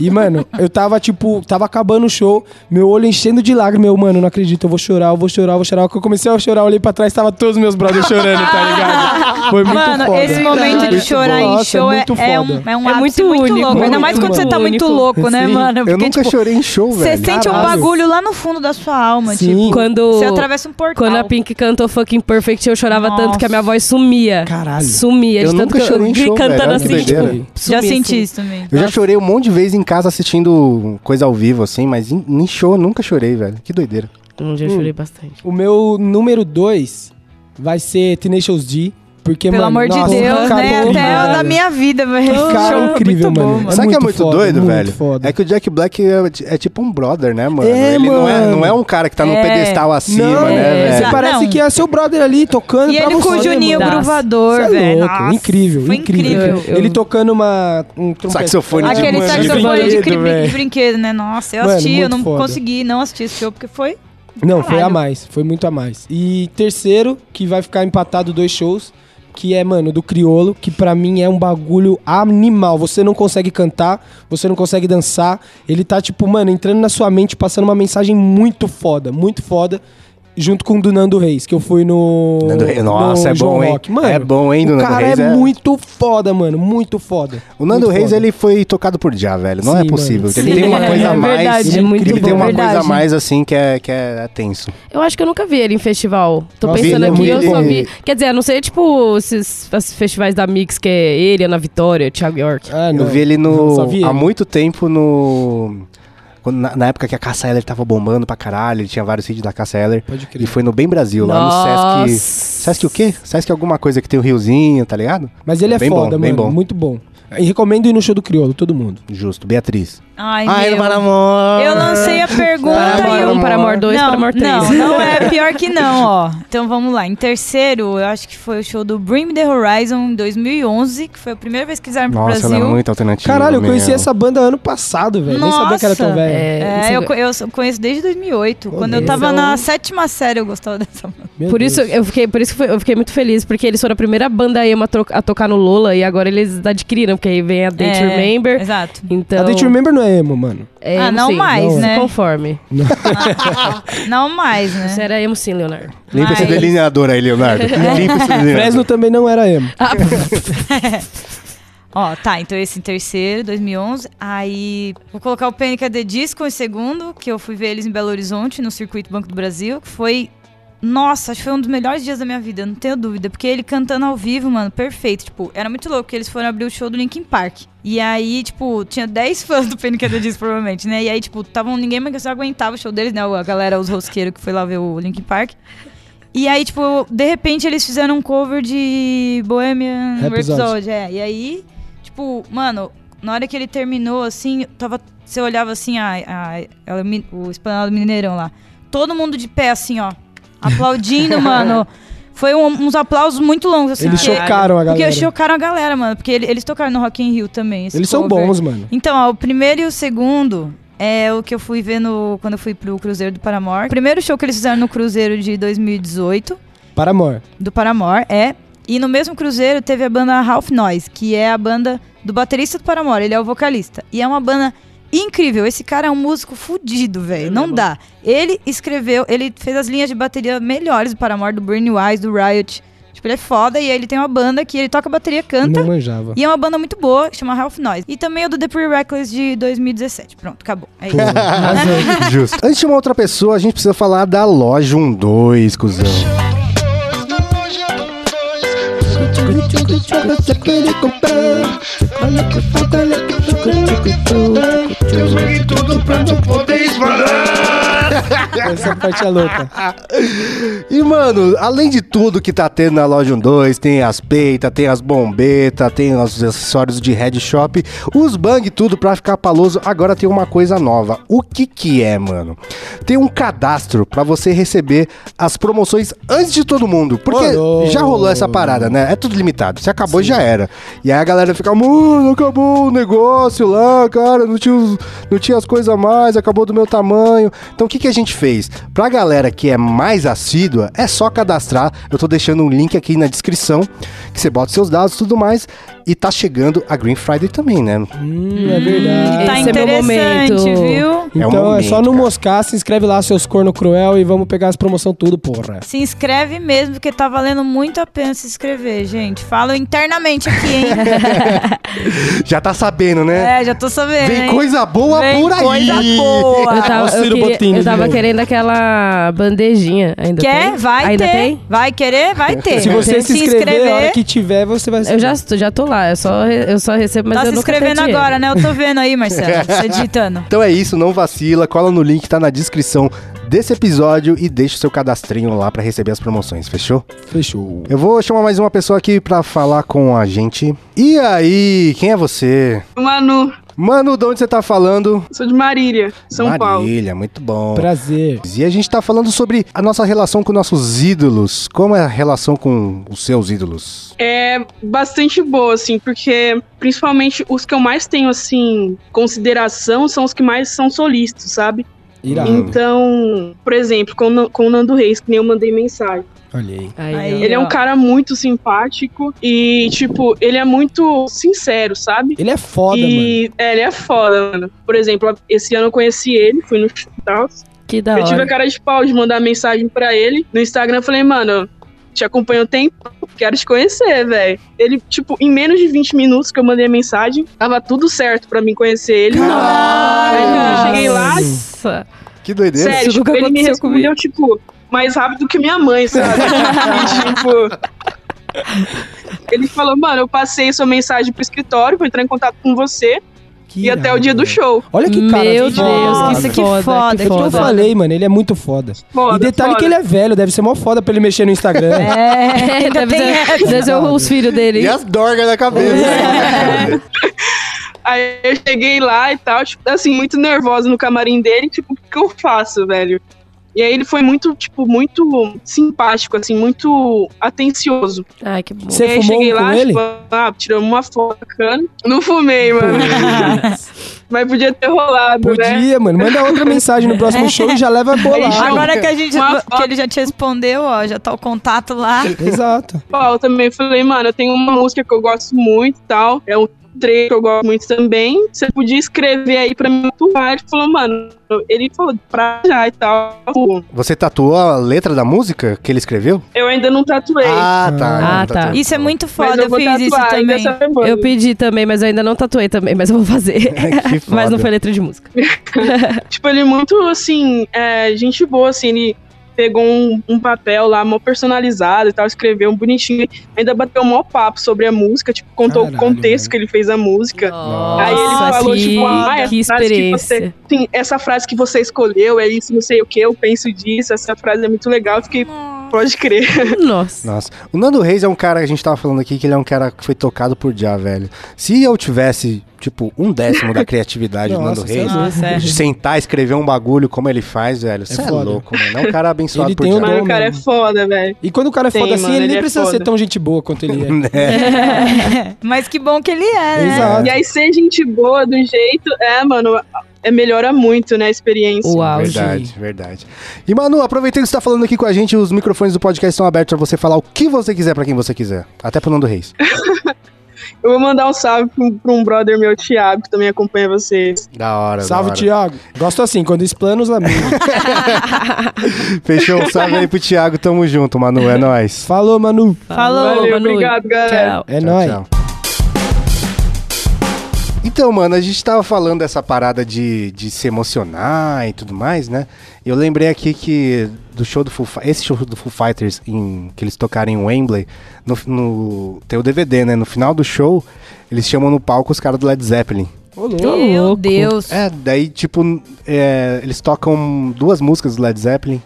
S3: E, mano, eu tava, tipo, tava acabando o show, meu olho enchendo de lágrimas. Eu, mano, não acredito, eu vou chorar, eu vou chorar, eu vou chorar. Quando eu comecei a chorar, eu olhei pra trás, tava todos meus brothers chorando, tá ligado? Foi muito
S4: Mano,
S3: foda.
S4: esse momento de
S2: Muito
S4: chorar
S3: bom.
S4: em
S3: Nossa,
S4: show
S3: é
S4: é,
S3: muito
S4: é
S3: foda.
S4: um, é um
S2: É
S4: ato
S2: muito
S4: muito,
S2: único,
S4: louco. Ainda
S2: muito
S4: mais quando você tá
S2: único.
S4: muito louco, né,
S3: Sim.
S4: mano?
S1: eu nunca
S4: tipo,
S1: chorei em show,
S4: Você
S1: velho.
S4: sente o
S3: Caralho.
S4: bagulho lá no fundo da sua alma,
S3: Sim.
S4: tipo.
S2: Quando-
S4: Você atravessa um portal.
S2: Quando a Pink cantou Fucking Perfect, eu chorava
S4: Nossa.
S2: tanto que a minha voz sumia.
S3: Caralho.
S2: Sumia.
S1: Eu
S2: de tanto
S1: nunca
S2: que
S1: chorei em show,
S2: cantando
S1: velho, olha que
S2: assim, tipo,
S1: doideira.
S4: Já
S2: sumia,
S4: senti
S2: assim.
S4: isso também.
S1: Eu já chorei um monte de vezes em casa assistindo coisa ao vivo, assim, mas em, em show eu nunca chorei, velho. Que doideira.
S2: Hum, já chorei bastante.
S3: O meu número 2 vai ser Tenacious D. Porque,
S4: Pelo
S3: mano,
S4: amor de
S3: nossa,
S4: Deus,
S3: acabou,
S4: né? Até
S3: velho.
S4: da minha vida, velho.
S3: Cara,
S4: Show
S3: incrível,
S4: muito
S3: mano.
S4: bom,
S3: É
S1: Sabe o que é
S3: muito
S1: muito
S3: foda,
S1: doido,
S3: muito
S1: velho?
S3: foda.
S1: É que o Jack Black é, é tipo um brother, né, mano?
S3: É,
S1: ele Não, é,
S3: mano.
S1: não é um cara que tá num
S4: É.
S1: pedestal acima,
S3: Não,
S1: né,
S2: é,
S1: velho?
S3: Você
S4: Não.
S3: parece que é seu brother ali tocando
S4: E
S3: pra
S4: ele com o
S3: você,
S4: Juninho
S3: mano.
S2: Bruno
S4: Gruvador,
S3: Cê é
S4: velho.
S3: louco,
S4: Nossa,
S3: incrível,
S4: foi
S3: incrível.
S4: incrível.
S2: Eu-
S3: Ele tocando uma um trompete.
S1: Saxofone de
S4: Aquele
S1: Mano,
S4: saxofone de,
S3: brinquedo,
S4: cri-
S3: velho.
S4: de brinquedo, né? Nossa, eu
S3: Mano,
S4: assisti, eu
S3: muito
S4: não
S3: foda.
S4: consegui não assistir esse show, porque foi.
S3: Não, foi a
S4: Caralho.
S3: mais, foi muito a mais. E terceiro, que vai ficar empatado dois shows, que é, mano, do Criolo, que pra mim é um bagulho animal. Você não consegue cantar, você não consegue dançar. Ele tá, tipo, mano, entrando na sua mente, passando uma mensagem muito foda, muito foda. Junto com o do Nando Reis, que eu fui no.
S1: Nando Reis, nossa,
S3: no
S1: é
S3: João
S1: bom, hein?
S3: Rock. Mano,
S1: É bom, hein, do
S3: o
S1: Nando
S3: cara
S1: Reis,
S3: É,
S1: é.
S3: muito foda, mano. Muito foda.
S1: O Nando
S3: Muito
S1: Reis,
S3: foda.
S1: ele foi tocado por já, velho. Não
S3: Sim,
S1: é possível.
S3: mano.
S1: Ele
S2: Sim,
S1: tem uma
S2: é
S1: coisa a mais.
S2: verdade, é muito
S1: ele tem
S2: bom,
S1: uma coisa a
S4: verdade.
S1: mais, assim, que é, que é, é tenso.
S2: Eu acho que eu nunca vi ele em festival. Tô
S3: Nossa,
S2: pensando
S3: ele é
S2: aqui, eu
S1: muito
S2: só
S1: bom.
S2: vi. Quer dizer, a não ser tipo esses esses festivais da Mix, que é ele, Ana Vitória, Thiago York.
S3: Ah,
S1: Eu
S3: não.
S1: vi ele no.
S3: Só vi
S1: há
S3: ele.
S1: muito tempo no. quando- na, na época que a Cassa Eller tava bombando pra caralho, ele tinha vários vídeos da Cassa Eller.
S3: Pode crer.
S1: E foi no Bem Brasil, lá no Sesc. Sesc o quê? Sesc alguma coisa que tem o Riozinho, tá ligado?
S3: Mas ele é
S1: Bem
S3: foda,
S1: bom, bem
S3: mano.
S1: bom.
S3: Muito bom. E recomendo ir no show do Criolo, todo mundo.
S1: Justo, Beatriz.
S4: Ai,
S1: Ai,
S4: meu.
S1: no Paramor.
S4: Eu lancei a pergunta
S1: Para
S4: e
S2: Paramor
S4: eu
S2: 1, Paramor 2,
S4: não,
S2: Paramor 3.
S4: Não, não é pior que não, ó. Então vamos lá. Em terceiro, eu acho que foi o show do Bring Me The Horizon em 2011, que foi a primeira vez que eles vieram pro
S1: Nossa, ela é
S4: Brasil.
S1: muito alternativa.
S3: Caralho, eu
S1: meu.
S3: conheci essa banda ano passado, velho. Nem sabia que era tão
S4: Nossa.
S3: velha.
S2: É,
S4: É, eu,
S2: isso-
S4: co- eu sou- conheço desde 2008.
S3: Pô,
S4: Quando eu
S3: eles
S4: tava
S2: são-
S4: na sétima série, eu gostava dessa música.
S3: Meu
S2: Por
S3: Deus.
S2: isso, eu fiquei, por isso que foi- eu fiquei muito feliz, porque eles foram a primeira banda emo a, tro- a tocar no Lola e agora eles adquiriram, porque aí vem a Date
S4: É,
S2: Remember.
S4: Exato.
S2: Então,
S3: A Date Remember não é emo, mano.
S2: é
S4: Ah,
S2: emo
S4: não
S2: sim.
S4: mais,
S2: Se
S4: né?
S2: conforme.
S4: Não mais,
S2: Você
S4: né?
S2: era emo sim, Leonardo.
S1: Limpa esse
S4: Mas-
S1: delineador aí,
S4: É.
S1: Leonardo. Limpa esse
S3: Fresno
S1: delineador.
S3: também não era emo.
S2: Ah,
S4: Ó, tá, então esse em terceiro, 2011. Aí vou colocar o Panic! at the Disco em segundo, que eu fui ver eles em Belo Horizonte, no Circuito Banco do Brasil, que foi. Nossa, acho que foi um dos melhores dias da minha vida, não tenho dúvida. Porque ele cantando ao vivo, mano, perfeito. Tipo, era muito louco, porque eles foram abrir o show do Linkin Park. E aí, tipo, tinha 10 fãs do Panic! at the Disco, provavelmente, né? E aí, tipo, tavam, ninguém mais aguentava o show deles, né? A galera, os rosqueiros que foi lá ver o Linkin Park. E aí, tipo, de repente eles fizeram um cover de Bohemian
S3: Rhapsody.
S4: Rhapsody, é. E aí, tipo, mano, na hora que ele terminou, assim, tava, você olhava assim, a, a, ela- o esplanado do Mineirão lá. Todo mundo de pé, assim, ó. Aplaudindo, mano. Foi um- uns aplausos muito longos, assim.
S3: Eles
S4: porque-
S3: chocaram a galera.
S4: Porque chocaram a galera, mano. Porque ele- eles tocaram no Rock in Rio também. esse
S3: Eles são
S4: cover.
S3: bons, mano.
S4: Então, ó, o primeiro e o segundo é o que eu fui ver no, quando eu fui pro Cruzeiro do Paramore. O primeiro show que eles fizeram no Cruzeiro de 2018,
S3: Paramore.
S4: do Paramore, é. E no mesmo Cruzeiro teve a banda Half Noise, que é a banda do baterista do Paramore, ele é o vocalista. E é uma banda incrível. Esse cara é um músico fudido, velho. Não dá. Ele escreveu, ele fez as linhas de bateria melhores do Paramore, do Bernie Wise, do Riot. Tipo, ele é foda e aí ele tem uma banda que ele toca bateria, canta.
S3: Não manjava.
S4: E é uma banda muito boa, que chama Half Noise. E também é do The Pre Reckless de 2017. Pronto, acabou. É isso.
S1: Justo. Antes de uma outra pessoa, a gente precisa falar da loja 12, cuzão.
S3: Essa parte é louca.
S1: E, mano, além de tudo que tá tendo na loja 12, tem as peitas, tem as bombetas, tem os acessórios de head shop, os bang tudo pra ficar paloso, agora tem uma coisa nova. O que que é, mano? Tem um cadastro pra você receber as promoções antes de todo mundo, porque
S3: Ô,
S1: já rolou essa parada, né? É tudo limitado. Se acabou, já era. E aí a galera fica, mano, acabou o negócio lá, cara, não tinha, os- não tinha as coisas a mais, acabou do meu tamanho. Então o que, que a gente fez? Pra galera que é mais assídua, é só cadastrar. Eu tô deixando um link aqui na descrição, que você bota seus dados e tudo mais. E tá chegando a Green Friday também, né?
S3: Hum, é verdade.
S4: tá
S2: Esse é meu
S4: interessante,
S2: momento.
S1: É
S4: viu?
S1: o
S3: Então é,
S1: momento,
S3: só não
S1: cara.
S3: moscar, se inscreve lá, seus corno cruel, e vamos pegar as promoção tudo, porra.
S4: Se inscreve mesmo, porque tá valendo muito a pena se inscrever, gente. Falo internamente aqui, hein?
S1: Já tá sabendo, né?
S4: é, já tô sabendo.
S1: Vem
S4: hein?
S1: coisa boa
S4: Vem
S1: por aí.
S4: Coisa boa.
S2: eu tava,
S3: Ó, o
S2: eu
S3: Ciro
S2: queria-
S3: Bottini né?
S2: eu
S3: de
S2: tava
S3: novo.
S2: querendo aquela bandejinha. Ainda
S4: Quer?
S2: tem?
S4: Vai
S2: Ainda
S4: ter.
S2: tem?
S4: Vai querer? Vai ter.
S3: Se você se inscrever, a hora que tiver, você vai
S2: Eu já, estou- já tô lá, eu só, re- eu só recebo, mas
S4: tá
S2: eu
S4: se
S2: nunca tenho
S4: inscrevendo
S2: dinheiro.
S4: agora, né? Eu tô vendo aí, Marcelo. Você tá digitando.
S1: Então é isso, não vacila, cola no link que tá na descrição desse episódio e deixa o seu cadastrinho lá pra receber as promoções, fechou?
S3: Fechou.
S1: Eu vou chamar mais uma pessoa aqui pra falar com a gente. E aí, quem é você?
S6: Manu,
S1: Mano, de onde você tá falando?
S6: sou de Marília, São Paulo.
S1: Marília, muito bom.
S3: Prazer.
S1: E a gente tá falando sobre a nossa relação com nossos ídolos. Como é a relação com os seus ídolos?
S6: É bastante boa, assim, porque principalmente os que eu mais tenho, assim, consideração são os que mais são solistas, sabe?
S1: Hum.
S3: Irado.
S6: Então, por exemplo, com, o Na- com o Nando Reis, que nem eu mandei mensagem.
S3: Olha aí.
S2: Aí,
S4: Aí.
S2: ó.
S6: Ele é um cara muito simpático e, tipo, ele é muito sincero, sabe?
S3: Ele é foda, mano.
S6: e é, ele é foda, mano. Por exemplo, esse ano eu conheci ele, fui no hospital.
S2: Que da
S6: Eu tive a
S2: hora.
S6: cara de pau de mandar mensagem pra ele no Instagram. Eu falei, mano, te acompanho um tempo, quero te conhecer, velho. Ele, tipo, em menos de 20 minutos que eu mandei a mensagem, tava tudo certo pra mim conhecer ele. Aí quando eu cheguei lá,
S2: Nossa.
S1: Que doideira.
S6: sério,
S2: nunca
S6: tipo, ele me
S2: aconteceu comigo.
S6: respondeu, tipo, mais rápido que minha mãe, sabe? E, tipo. Ele falou, mano, eu passei sua mensagem pro escritório, vou entrar em contato com você
S3: Que
S6: e até o
S3: irado,
S6: dia do
S3: mano.
S6: show.
S3: Olha que cara.
S2: Meu
S3: que
S2: Deus,
S3: foda.
S4: Nossa,
S2: que
S4: que
S2: foda,
S4: foda,
S2: que
S4: que
S3: É o que eu
S2: foda.
S3: falei, mano. Ele é muito foda.
S6: Foda,
S3: e detalhe
S6: foda.
S3: que ele é velho, deve ser mó foda pra ele mexer no Instagram.
S4: É,
S2: É,
S4: ainda
S2: deve
S4: tem
S2: ser, deve ser os filhos dele.
S1: E as dorgas na cabeça.
S6: Aí eu cheguei lá e tal, tipo, assim, muito nervosa no camarim dele, tipo, o que eu faço, velho? E aí ele foi muito, tipo, muito simpático, assim, muito atencioso.
S2: Ai, que bom.
S3: Você
S6: e aí
S3: fumou
S6: cheguei
S3: um com
S6: lá,
S3: ele?
S6: tipo, ah, tiramos uma foto bacana. Não fumei, mano. Mas podia ter rolado, né?
S3: Podia, mano. Manda outra mensagem no próximo show e já leva bolado.
S4: Agora que, a gente,
S6: Uma
S4: que ele já te respondeu, ó, já tá o contato lá.
S3: Exato.
S6: Ó, Eu também falei, mano, eu tenho uma música que eu gosto muito e tal. É um Dre, que eu gosto muito também. Você podia escrever aí pra mim atuar. Ele falou, mano, ele falou pra já e tal.
S1: Você tatuou a letra da música que ele escreveu?
S6: Eu ainda não tatuei.
S1: Ah, tá.
S2: Ah,
S1: não
S2: tá.
S1: tatuou.
S4: Isso é muito
S6: mas
S4: foda, eu,
S6: eu vou
S4: fiz isso
S6: tatuar ainda
S4: também.
S6: essa semana.
S2: Eu pedi também, mas eu ainda não tá tatuei também, mas eu vou fazer.
S1: Que foda.
S2: mas não foi letra de música.
S6: Tipo, ele muito, assim, é, gente boa, assim, ele pegou um, um papel lá, mó personalizado e tal, escreveu um bonitinho, ainda bateu um mó papo sobre a música, tipo, contou
S3: Caralho,
S6: o contexto
S3: velho.
S6: que ele fez a música.
S2: Nossa,
S6: Aí ele falou,
S2: que,
S6: tipo, ah, essa
S2: que
S6: frase que você-
S2: experiência.
S6: Sim, Assim, essa frase que você escolheu, é isso, não sei o que, eu penso disso, essa frase é muito legal, eu fiquei, pode crer.
S2: Nossa.
S1: Nossa. O Nando Reis é um cara que a gente tava falando aqui que ele é um cara que foi tocado por Já, velho. Se eu tivesse, tipo, um décimo da criatividade do Nando
S3: Nossa,
S1: Reis,
S3: sério?
S2: Nossa, é.
S1: de sentar, escrever um bagulho como ele faz, velho. Você é,
S3: foda.
S1: louco, mano. É um cara abençoado
S3: Ele
S1: por
S3: tem
S1: Jah.
S3: um
S6: Mano, o cara é
S3: mesmo.
S6: foda, velho.
S3: E quando o cara é
S6: Tem,
S3: foda assim,
S6: mano,
S3: ele
S6: ele
S3: nem
S6: é
S3: precisa
S6: foda.
S3: ser tão gente boa quanto ele é.
S4: Mas que bom que ele é, né?
S3: Exato.
S6: E aí, ser gente boa do jeito, é, mano, é, melhora muito, né, a experiência.
S2: O auge.
S1: Verdade, verdade. E Manu, aproveitando que você tá falando aqui com a gente, os microfones do podcast estão abertos pra você falar o que você quiser pra quem você quiser. Até pro Nando Reis.
S6: Eu vou mandar um salve pra um, pra um brother meu, Thiago, que também acompanha vocês.
S1: Da hora,
S3: Salve, Thiago. Gosto assim, quando explana os amigos.
S1: Fechou, um salve aí pro Thiago, tamo junto, Manu, é nóis.
S3: Falou, Manu.
S2: Falou,
S6: Valeu,
S2: Manu.
S6: obrigado, galera.
S2: Tchau.
S3: É
S1: Tchau,
S3: nóis.
S1: tchau. Então, mano, a gente tava falando dessa parada de, de se emocionar e tudo mais, né? E Eu lembrei aqui que do show do Foo Fi- esse show do Foo Fighters em- que eles tocaram em Wembley, no, no- tem o DVD, né? No final do show, eles chamam no palco os caras do Led Zeppelin.
S3: Ô, louco.
S2: Tô
S4: Meu
S2: louco.
S4: Deus.
S1: É, daí, tipo, n- é, eles tocam duas músicas do Led Zeppelin.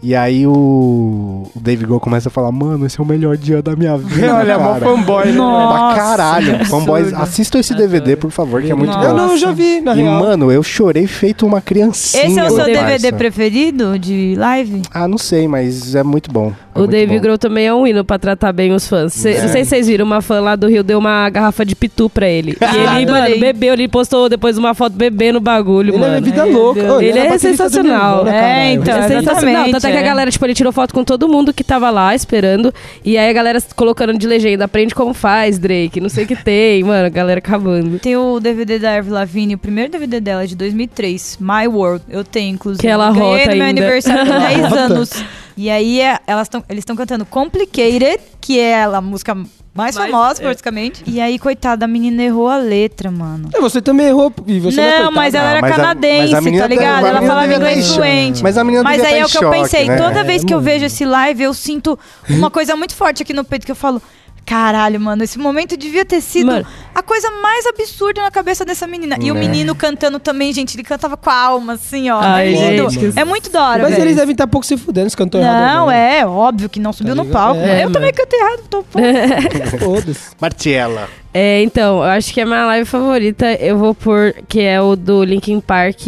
S1: E aí o, o Dave Grohl começa a falar, mano, esse é o melhor dia da minha vida.
S3: Olha, mó
S1: cara.
S3: fanboy, né?
S1: Pra
S4: Nossa,
S1: caralho. Fanboys,
S2: absurdo.
S1: assistam esse DVD, por favor, que é muito
S4: Nossa.
S3: Eu
S1: bom.
S3: não, eu já vi, na
S1: E,
S3: real.
S1: mano, eu chorei feito uma criancinha.
S4: Esse é o seu
S1: parça.
S4: DVD preferido de live?
S1: Ah, não sei, mas é muito bom. É
S2: O
S1: muito
S2: Dave
S1: bom.
S2: Grohl também é um hino pra tratar bem os fãs. Cê-
S1: É.
S2: Não sei se vocês viram, uma fã lá do Rio deu uma garrafa de pitu pra ele. E
S4: Adorei.
S2: ele, mano, bebeu, ele postou depois uma foto bebendo o bagulho,
S3: Ele
S2: mano.
S3: é vida louca. Ô,
S2: Ele
S3: era
S2: é
S3: baterista do
S2: sensacional.
S3: Nirvana,
S4: É,
S3: né, caralho. tá-
S4: então.
S2: é sensacional.
S4: exatamente,
S2: Tanto é que a
S4: é.
S2: galera, tipo, ele tirou foto com todo mundo que tava lá esperando. E aí a galera colocando de legenda, aprende como faz, Drake, não sei o que tem, mano, a galera acabando.
S4: Tem o DVD da Avril Lavigne, o primeiro DVD dela é de 2003, My World. Eu tenho, inclusive.
S2: Que ela
S4: Ganhei
S2: rota
S4: no meu
S2: ainda.
S4: aniversário de 10
S3: Rota.
S4: anos. E aí é, elas tão, eles estão cantando Complicated, que é a música mais famosa, praticamente. E aí, coitada, a menina errou a letra, mano.
S3: É, Você também errou. E você não é
S4: não,
S3: coitado.
S4: mas ela
S1: Ah,
S4: era
S1: mas a- mas
S4: canadense,
S1: a menina
S4: tá
S1: tá-
S4: ligado?
S1: a
S4: ela
S1: menina
S4: falava
S1: devia tá em
S4: inglês
S1: choque.
S4: fluente.
S1: Mas a menina
S4: Mas
S1: devia
S4: aí
S1: tá
S4: é
S1: em
S4: o que eu
S1: choque,
S4: pensei.
S1: né?
S4: Toda vez que eu
S3: mano.
S4: vejo esse live, eu sinto uma coisa muito forte aqui no peito que eu falo. Caralho, mano, esse momento devia ter sido
S2: Mano.
S4: a coisa mais absurda na cabeça dessa menina. E o
S1: Né.
S4: menino cantando também, gente, ele cantava com a alma, assim, ó.
S2: Ai,
S4: é lindo.
S2: gente, que-
S4: É muito da hora,
S3: Mas
S4: velho.
S3: eles devem estar pouco se fudendo, se cantou errado.
S4: Não, é óbvio que não subiu no
S3: ligado?
S4: palco.
S3: É,
S4: eu também cantei errado, tô
S3: né? Todos.
S1: Martiela.
S2: É, então, eu acho que a minha live favorita eu vou pôr, que é o do Linkin Park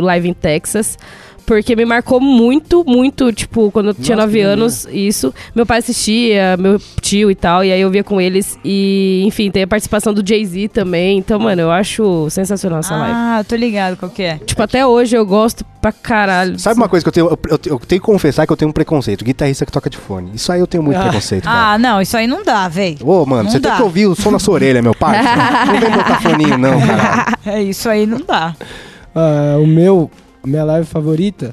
S2: Live em Texas. Porque me marcou muito, muito, tipo, quando eu tinha
S3: Nossa,
S2: nove
S3: que
S2: anos, isso. Meu pai assistia, meu tio e tal, e aí eu via com eles. E, enfim, tem a participação do Jay-Z também. Então, mano, eu acho sensacional essa live.
S4: Ah, eu tô ligado qual que é.
S2: Tipo, até hoje eu gosto pra caralho.
S1: Sabe uma coisa que eu tenho, eu, eu- eu tenho que confessar que eu tenho um preconceito, guitarrista que toca de fone. Isso aí eu tenho muito
S3: Ah.
S1: preconceito, cara.
S4: Ah, não, isso aí não dá, véi.
S1: Ô, mano,
S4: Não
S1: você
S4: dá.
S1: tem que ouvir o som na sua orelha, meu pai. não vem botar foninho, não, cara.
S4: É, isso aí não dá.
S3: Ah, o meu, a minha live favorita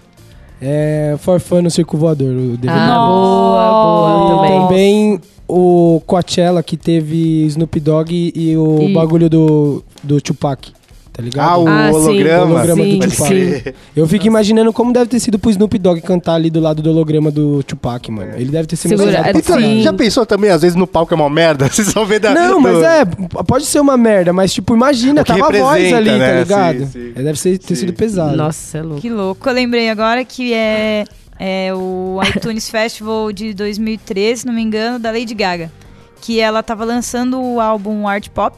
S3: é For Fun no Circo Voador, o DVD.
S2: Ah, boa, boa também.
S3: Também o Coachella, que teve Snoop Dogg e o
S2: E-
S3: bagulho do, do Tupac, tá ligado?
S1: Ah, o
S2: Ah, sim.
S1: holograma.
S3: Holograma do
S2: Sim,
S1: Pode
S3: Tupac.
S1: crer.
S2: sim.
S3: Eu fico imaginando como deve ter sido pro Snoop Dogg cantar ali do lado do holograma do Tupac, mano. Ele deve ter se
S2: Segura- é,
S3: emocionado. pra
S2: Sim.
S1: Então,
S3: caralho.
S1: já pensou também, às vezes no palco é uma merda? Vocês só vê da. do-
S3: Não, mas é, pode ser uma merda, mas tipo, imagina,
S1: Tá É O que
S3: tava a voz
S1: representa,
S3: ali, tá
S1: né?
S3: ligado?
S1: Sim, sim.
S3: É, Deve ser- ter
S1: Sim.
S3: sido pesado.
S2: Nossa, é louco.
S4: Que louco. Eu lembrei agora que é, é o iTunes Festival de 2013, se não me engano, da Lady Gaga. Que ela tava lançando o álbum Art Pop.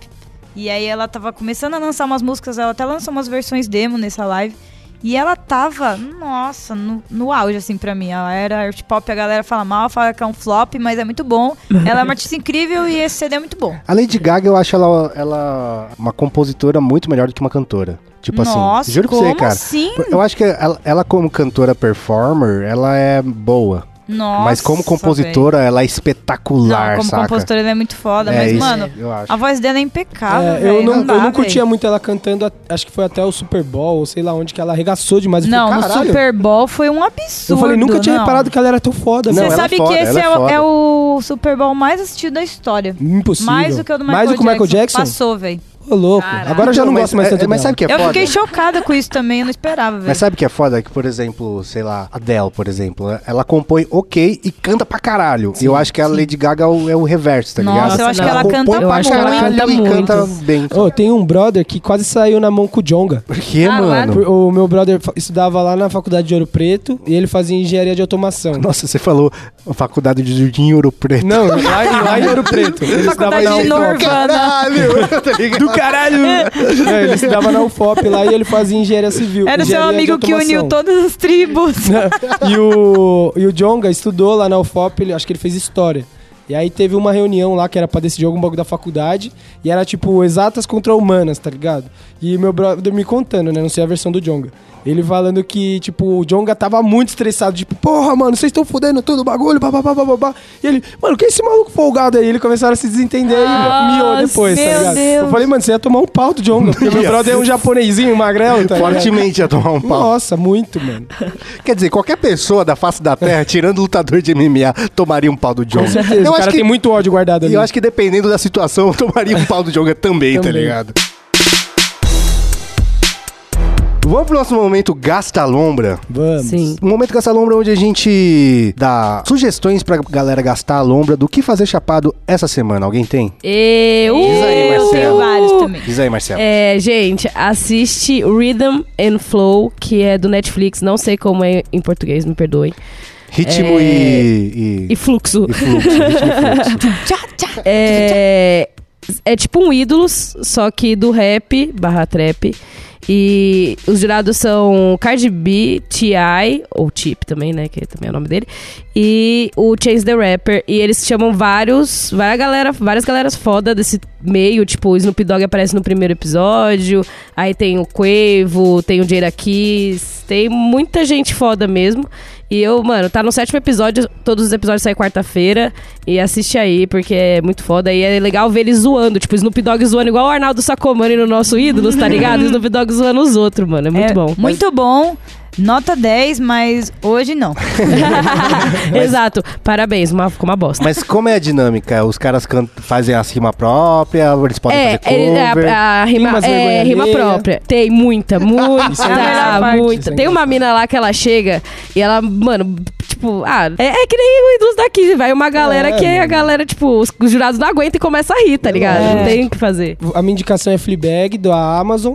S4: E aí ela tava começando a lançar umas músicas, ela até lançou umas versões demo nessa live. E ela tava, nossa, no, no auge, assim, pra mim. Ela era art pop, a galera fala mal, fala que é um flop, mas é muito bom. Ela é uma artista incrível e esse CD é muito bom.
S1: A Lady Gaga, eu acho ela, ela uma compositora muito melhor do que uma cantora. Tipo
S4: nossa,
S1: assim, juro pra
S4: como
S1: você, cara.
S4: assim?
S1: Eu acho que ela, ela como cantora performer, ela é boa.
S4: Nossa.
S1: Mas como compositora, ela é espetacular,
S4: velho. Não, como
S1: saca?
S4: compositora ela é muito foda,
S1: é
S4: mas,
S1: isso,
S4: mano,
S1: eu acho.
S4: a voz dela é impecável.
S3: É,
S4: velho,
S3: eu não,
S4: dá,
S3: eu não
S4: velho.
S3: curtia muito ela cantando, a- acho que foi até o Super Bowl, ou sei lá onde, que ela arregaçou demais. Eu
S4: Não,
S3: falei,
S4: no
S3: "Caralho".
S4: Super Bowl foi um absurdo.
S3: Eu falei, nunca tinha
S4: não.
S3: reparado que ela era tão foda,
S1: Não,
S4: Você
S1: ela
S3: velho.
S1: é
S4: sabe
S1: foda,
S4: que
S1: ela
S4: esse
S1: é
S4: é, o-
S1: foda.
S4: é o Super Bowl mais assistido da história.
S3: Impossível.
S4: Mais do que o do Michael,
S3: mais do que o Michael Jackson?
S4: Passou, velho.
S3: Ô, louco.
S2: Caraca.
S3: Agora eu já
S1: Então,
S3: não
S1: mas-
S3: gosto mais
S1: é-
S3: tanto
S1: é- Mas
S3: dela.
S1: sabe o que é
S4: eu
S1: foda?
S4: fiquei chocada com isso também, eu não esperava, velho.
S1: Mas sabe o que é foda? Que, por exemplo, sei lá, Adele, por exemplo, ela compõe ok e canta pra caralho. E eu acho que a Lady Gaga é o, é o reverso, tá
S4: Nossa,
S1: ligado?
S2: eu acho que ela
S1: compõe
S4: canta
S1: pra
S4: Eu acho que ela
S1: caralho
S2: canta
S1: e
S2: muito.
S1: canta bem.
S3: Ô, tem um brother que quase saiu na mão com o Jonga.
S1: Por que,
S2: Ah,
S1: mano?
S2: claro.
S3: O meu brother fa- estudava lá na faculdade de Ouro Preto e ele fazia engenharia de automação.
S1: Nossa, você falou a faculdade de Jardim Ouro Preto.
S3: Não, lá, em- lá em Ouro Preto. Ele estudava
S4: Faculdade
S3: na
S4: de
S3: UFOP.
S4: Norvana.
S1: Caralho! tá ligado?
S3: Do caralho! É, ele estudava na UFOP lá e ele fazia engenharia civil.
S4: Era o seu
S3: engenharia de
S4: amigo que uniu
S3: automação.
S4: todas as tribos.
S3: e o, e o Jonga estudou lá na UFOP, ele- acho que ele fez história. E aí teve uma reunião lá que era pra decidir algum bagulho da faculdade. E era tipo exatas contra humanas, tá ligado? E meu brother me contando, né? Não sei a versão do Jonga. Ele falando que, tipo, o Jonga tava muito estressado. Tipo, porra, mano, vocês estão fudendo todo o bagulho, babá, babá. E ele, mano, que é esse maluco folgado aí? Ele começaram a se desentender e miou depois, tá
S4: meu
S3: ligado? Eu
S4: Deus.
S3: falei, mano, você ia tomar um pau do Jonga. Porque meu brother é um japonesinho, magrelo, tá ligado?
S1: Fortemente ia tomar um pau.
S3: Nossa, muito, mano.
S1: Quer dizer, qualquer pessoa da face da terra, tirando lutador de MMA, tomaria um pau do Jonga.
S3: Com certeza.
S1: Eu
S3: o
S1: acho
S3: cara
S1: que-
S3: tem muito ódio guardado ali.
S1: E eu acho que dependendo da situação, eu tomaria um pau do Jonga também, tá
S3: Também.
S1: ligado? Vamos pro nosso momento Gasta Lombra.
S3: Vamos.
S2: Sim.
S1: Um momento Gasta Lombra onde a gente dá sugestões pra galera gastar a lombra do que fazer chapado essa semana. Alguém tem?
S2: Eu,
S1: Diz aí,
S2: eu
S1: Marcelo.
S2: tenho vários
S3: Uh!
S2: também.
S1: Diz aí, Marcelo.
S2: É, gente, assiste Rhythm and Flow, que é do Netflix. Não sei como é em português, me perdoem.
S1: Ritmo
S2: é-
S1: e.
S2: E Fluxo.
S1: e fluxo, ritmo e fluxo.
S4: Tchá, tchá.
S2: É, é tipo um ídolos, só que do rap barra trap. E os jurados são Cardi B, T.I., ou Chip também, né? Que também é o nome dele. E o Chase the Rapper. E eles chamam vários, várias, galera, várias galeras foda desse meio. Tipo, o Snoop Dogg aparece no primeiro episódio. Aí tem o Quavo, tem o Jada Kiss. Tem muita gente foda mesmo. E eu, mano, tá no sétimo episódio, todos os episódios saem quarta-feira. E assiste aí, porque é muito foda. E é legal ver eles zoando, tipo, Snoop Dogg zoando igual o Arnaldo Sacomani no nosso Ídolos, tá ligado? Snoop Dogg zoando os outros, mano. É muito
S4: É,
S2: bom.
S4: Muito bom. Nota 10, mas hoje não.
S2: Exato. Parabéns, uma, ficou uma bosta.
S1: Mas como é a dinâmica? Os caras can- fazem a rima própria, eles podem fazer
S2: É,
S1: cover.
S2: é, a, a rima,
S3: umas
S2: é,
S3: vergonha
S2: rima
S3: alheia.
S2: própria. Tem muita,
S3: Isso é a melhor
S2: muita,
S3: parte, isso
S2: muita.
S3: é
S2: Tem uma
S3: engraçado.
S2: mina lá que ela chega e ela, mano, tipo, ah, é, é que nem o ídolos daqui. Vai uma galera
S3: É,
S2: que a
S3: mano. É
S2: galera, tipo, os, os jurados não aguentam e começa a rir, tá ligado? Não tem o que fazer.
S3: A minha indicação é Fleabag, da Amazon,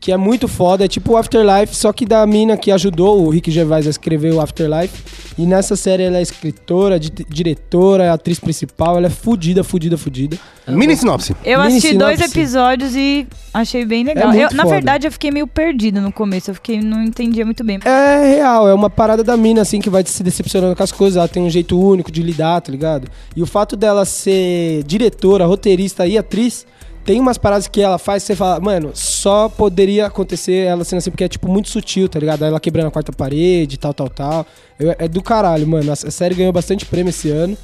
S3: que é muito foda. É tipo o Afterlife, só que da mina que ajudou o Rick Gervais a escrever o Afterlife. E nessa série ela é escritora, di- diretora, é atriz principal. Ela é fudida, fudida, fudida.
S1: Mini sinopse.
S4: Eu
S3: Nem
S4: assisti dois
S3: sinopse.
S4: episódios e achei bem legal.
S3: É muito
S4: Eu- na
S3: foda.
S4: verdade, eu fiquei meio perdida no começo. Eu fiquei, não entendia muito bem.
S3: É real, é uma parada da mina, assim, que vai se decepcionando com as coisas. Ela tem um jeito único de lidar, tá ligado? E o fato dela ser diretora, roteirista e atriz, tem umas paradas que ela faz que você fala, mano, só poderia acontecer ela sendo assim, porque é, tipo, muito sutil, tá ligado? Ela quebrando a quarta parede, tal, tal, tal. Eu- é do caralho, mano. A s- a série ganhou bastante prêmio esse ano.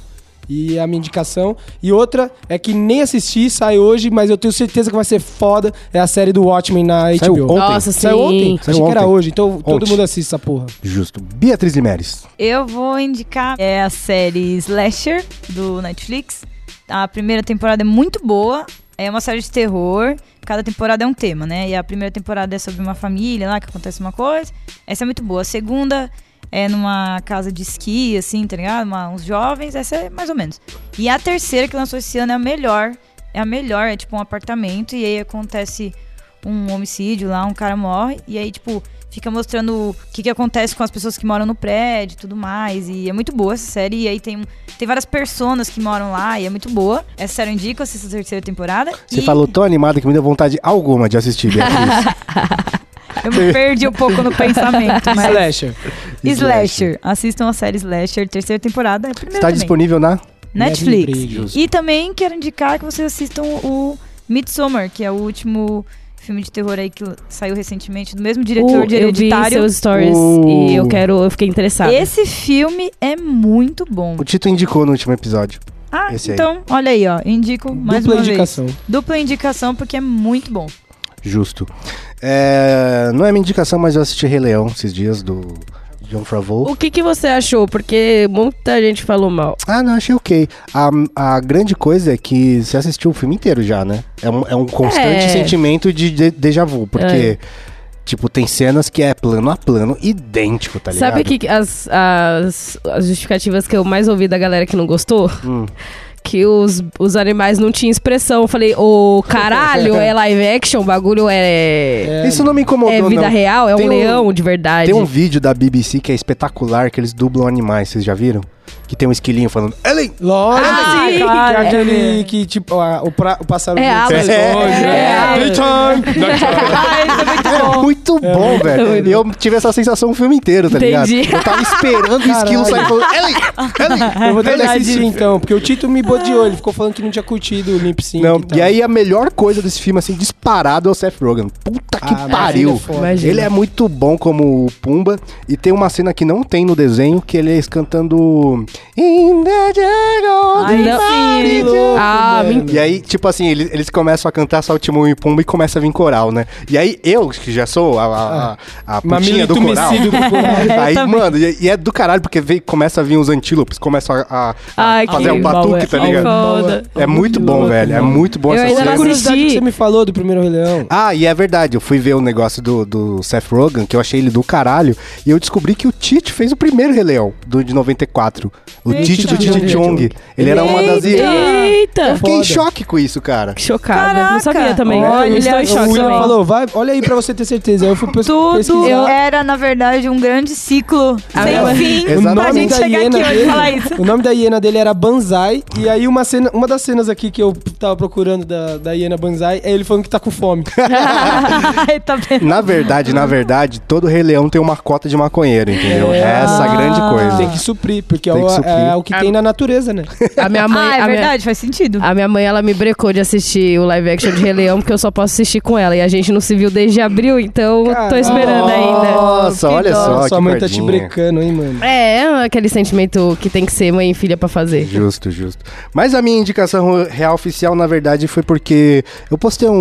S3: E é a minha indicação. E outra é que nem assisti, sai hoje, mas eu tenho certeza que vai ser foda. É a série do Watchmen na HBO.
S1: Saiu ontem.
S2: Nossa, sim.
S3: Saiu ontem?
S1: Saiu
S3: Achei que era
S1: ontem.
S3: hoje, então todo
S1: Ontem.
S3: mundo assiste essa porra.
S1: Justo. Beatriz Limeres.
S4: Eu vou indicar é a série Slasher do Netflix. A primeira temporada é muito boa. É uma série de terror. Cada temporada é um tema, né? E a primeira temporada é sobre uma família lá que acontece uma coisa. Essa é muito boa. A segunda é numa casa de esqui, assim, tá ligado? Uma- uns jovens. Essa é mais ou menos. E a terceira que lançou esse ano é a melhor. É a melhor. É tipo um apartamento. E aí acontece um homicídio lá, um cara morre, e aí, tipo, fica mostrando o que, que acontece com as pessoas que moram no prédio e tudo mais. E é muito boa essa série. E aí tem, tem várias personas que moram lá, e é muito boa. Essa série eu indico, assista a terceira temporada.
S1: Você
S4: e
S1: falou tão animada que me deu vontade alguma de assistir, Beatriz. tá
S4: Eu me perdi um pouco no pensamento, mas...
S3: Slasher.
S4: Slasher. Assistam a série Slasher, terceira temporada. É a primeira
S1: Está
S4: também.
S1: disponível na.
S4: Netflix.
S3: Netflix.
S4: E também quero indicar que vocês assistam o Midsommar, que é o último filme de terror aí que saiu recentemente, do mesmo diretor
S2: Uh,
S4: de
S2: eu vi
S4: Hereditário.
S2: seus stories
S1: Uh.
S2: e eu quero, eu fiquei interessada.
S4: Esse filme é muito bom.
S1: O Tito indicou no último episódio.
S4: Ah,
S1: Esse aí.
S4: então, olha aí, ó. Indico mais
S3: Dupla
S4: uma
S3: indicação.
S4: vez. Dupla indicação, porque é muito bom.
S1: Justo. É, não é minha indicação, mas eu assisti Rei Leão esses dias do John Favreau.
S2: O que, que você achou? Porque muita gente falou mal.
S1: Ah, não, achei ok. A, a grande coisa é que você assistiu o filme inteiro já, né? É um, é um constante
S2: É.
S1: sentimento de, de déjà vu, porque, tipo, tem cenas que é plano a plano idêntico, tá ligado?
S2: Sabe que que as, as, as justificativas que eu mais ouvi da galera que não gostou?
S1: Hum.
S2: Que os, os animais não tinham expressão. Eu falei, ô caralho, é live action, o bagulho é,
S1: Isso não me
S2: é,
S1: incomodou,
S2: vida
S1: não.
S2: real, é
S1: Tem
S2: um
S1: um-
S2: leão de verdade.
S1: Tem um vídeo da BBC que é espetacular, que eles dublam animais, vocês já viram? Que tem um esquilinho falando, Ellen!
S3: Lógico.
S2: Ah, sim.
S3: que
S2: claro.
S3: é aquele que, tipo, a- o, pra- o pássaro...
S2: É,
S3: voa
S2: a-
S3: pra longe,
S2: é,
S3: né?
S2: é.
S3: Daytime, nighttime.
S1: É muito bom, velho. E eu tive essa sensação o filme inteiro, tá
S2: Entendi.
S1: ligado? Eu tava esperando o esquilo
S3: Caralho.
S1: sair falando, Ellen! Ellen!
S3: Eu vou ter que
S1: É Verdade.
S3: assistir, então, porque o Tito me bodeou. Ele ficou falando que não tinha curtido o lip sync
S1: Não,
S3: e tal.
S1: e aí a melhor coisa desse filme, assim, disparado é o Seth Rogen. Puta que
S3: Ah, mas ele
S1: pariu!
S3: é foda.
S2: Imagina.
S1: Ele é muito bom como o Pumba. E tem uma cena que não tem no desenho, que ele é cantando. In the jungle,
S2: Ai,
S1: the
S2: não.
S1: mighty jungle.
S2: Ah,
S3: Mano.
S1: E aí, tipo assim, eles, eles começam a cantar só o Timão e o Pumba e começa a vir coral, né? E aí eu, que já sou a, a, a, a putinha
S3: Mamilo
S1: do coral.
S3: entumecido do coral.
S1: Aí, mano, e, e é do caralho, porque vem, começa a vir os antílopes, começa a, a- a
S2: Ai,
S1: fazer
S2: que
S1: um batuque,
S2: mal,
S1: tá
S2: é.
S1: ligado?
S2: Foda.
S1: É muito bom, velho. É muito bom
S2: Eu
S1: essa
S2: ainda
S1: cena.
S3: Olha a
S2: não
S3: curiosidade
S2: assisti.
S3: que você me falou do primeiro Rei Leão.
S1: Ah, e é verdade, eu fui ver o negócio do, do Seth Rogen, que eu achei ele do caralho, e eu descobri que o Tite fez o primeiro Rei Leão, do de 94. O
S4: Eita.
S1: Tite do Tite
S3: Tite
S1: Chong.
S3: Chong.
S1: Ele era uma das.
S2: Eita!
S1: Eu
S2: Eita.
S1: fiquei em
S3: Foda.
S1: choque com isso, cara.
S2: Chocada. Não
S4: Caraca.
S2: sabia também.
S1: É.
S3: Olha,
S2: eu estou em
S3: o
S2: choque
S3: William
S2: também.
S3: falou, vai, olha aí pra você ter certeza. Aí eu fui pes-
S4: Tudo
S3: pesquisar.
S4: era, na verdade, um grande ciclo
S2: Ah,
S4: sem
S2: não, é-
S4: fim
S1: Exatamente.
S4: pra gente
S3: da
S4: chegar aqui
S3: hiena
S4: hoje e
S3: dele-
S4: falar isso.
S3: O nome da hiena dele era Banzai. E aí uma, cena, uma das cenas aqui que eu tava procurando da, da hiena Banzai é ele falando que tá com fome.
S4: Ai, tá vendo?
S1: Na verdade, na verdade, todo Rei Leão tem uma cota de maconheiro, entendeu? É essa a grande coisa.
S3: Tem que suprir, porque é
S1: Tem
S3: o,
S1: que suprir.
S3: é o que tem na natureza, né?
S2: A minha mãe.
S4: Ah, é
S2: a minha-
S4: verdade, faz sentido.
S2: A minha mãe, ela me brecou de assistir o live action de Rei Leão, porque eu só posso assistir com ela. E a gente não se viu desde abril, então tô
S3: Caralho.
S2: esperando ainda.
S1: Nossa,
S4: Que
S1: olha
S4: dó.
S1: só.
S3: Sua
S1: que Tá
S3: mãe tá te
S1: cordinha.
S3: brecando, hein, mano?
S2: É, é aquele sentimento que tem que ser mãe e filha pra fazer.
S1: Justo, justo. Mas a minha indicação real oficial, na verdade, foi porque eu postei um,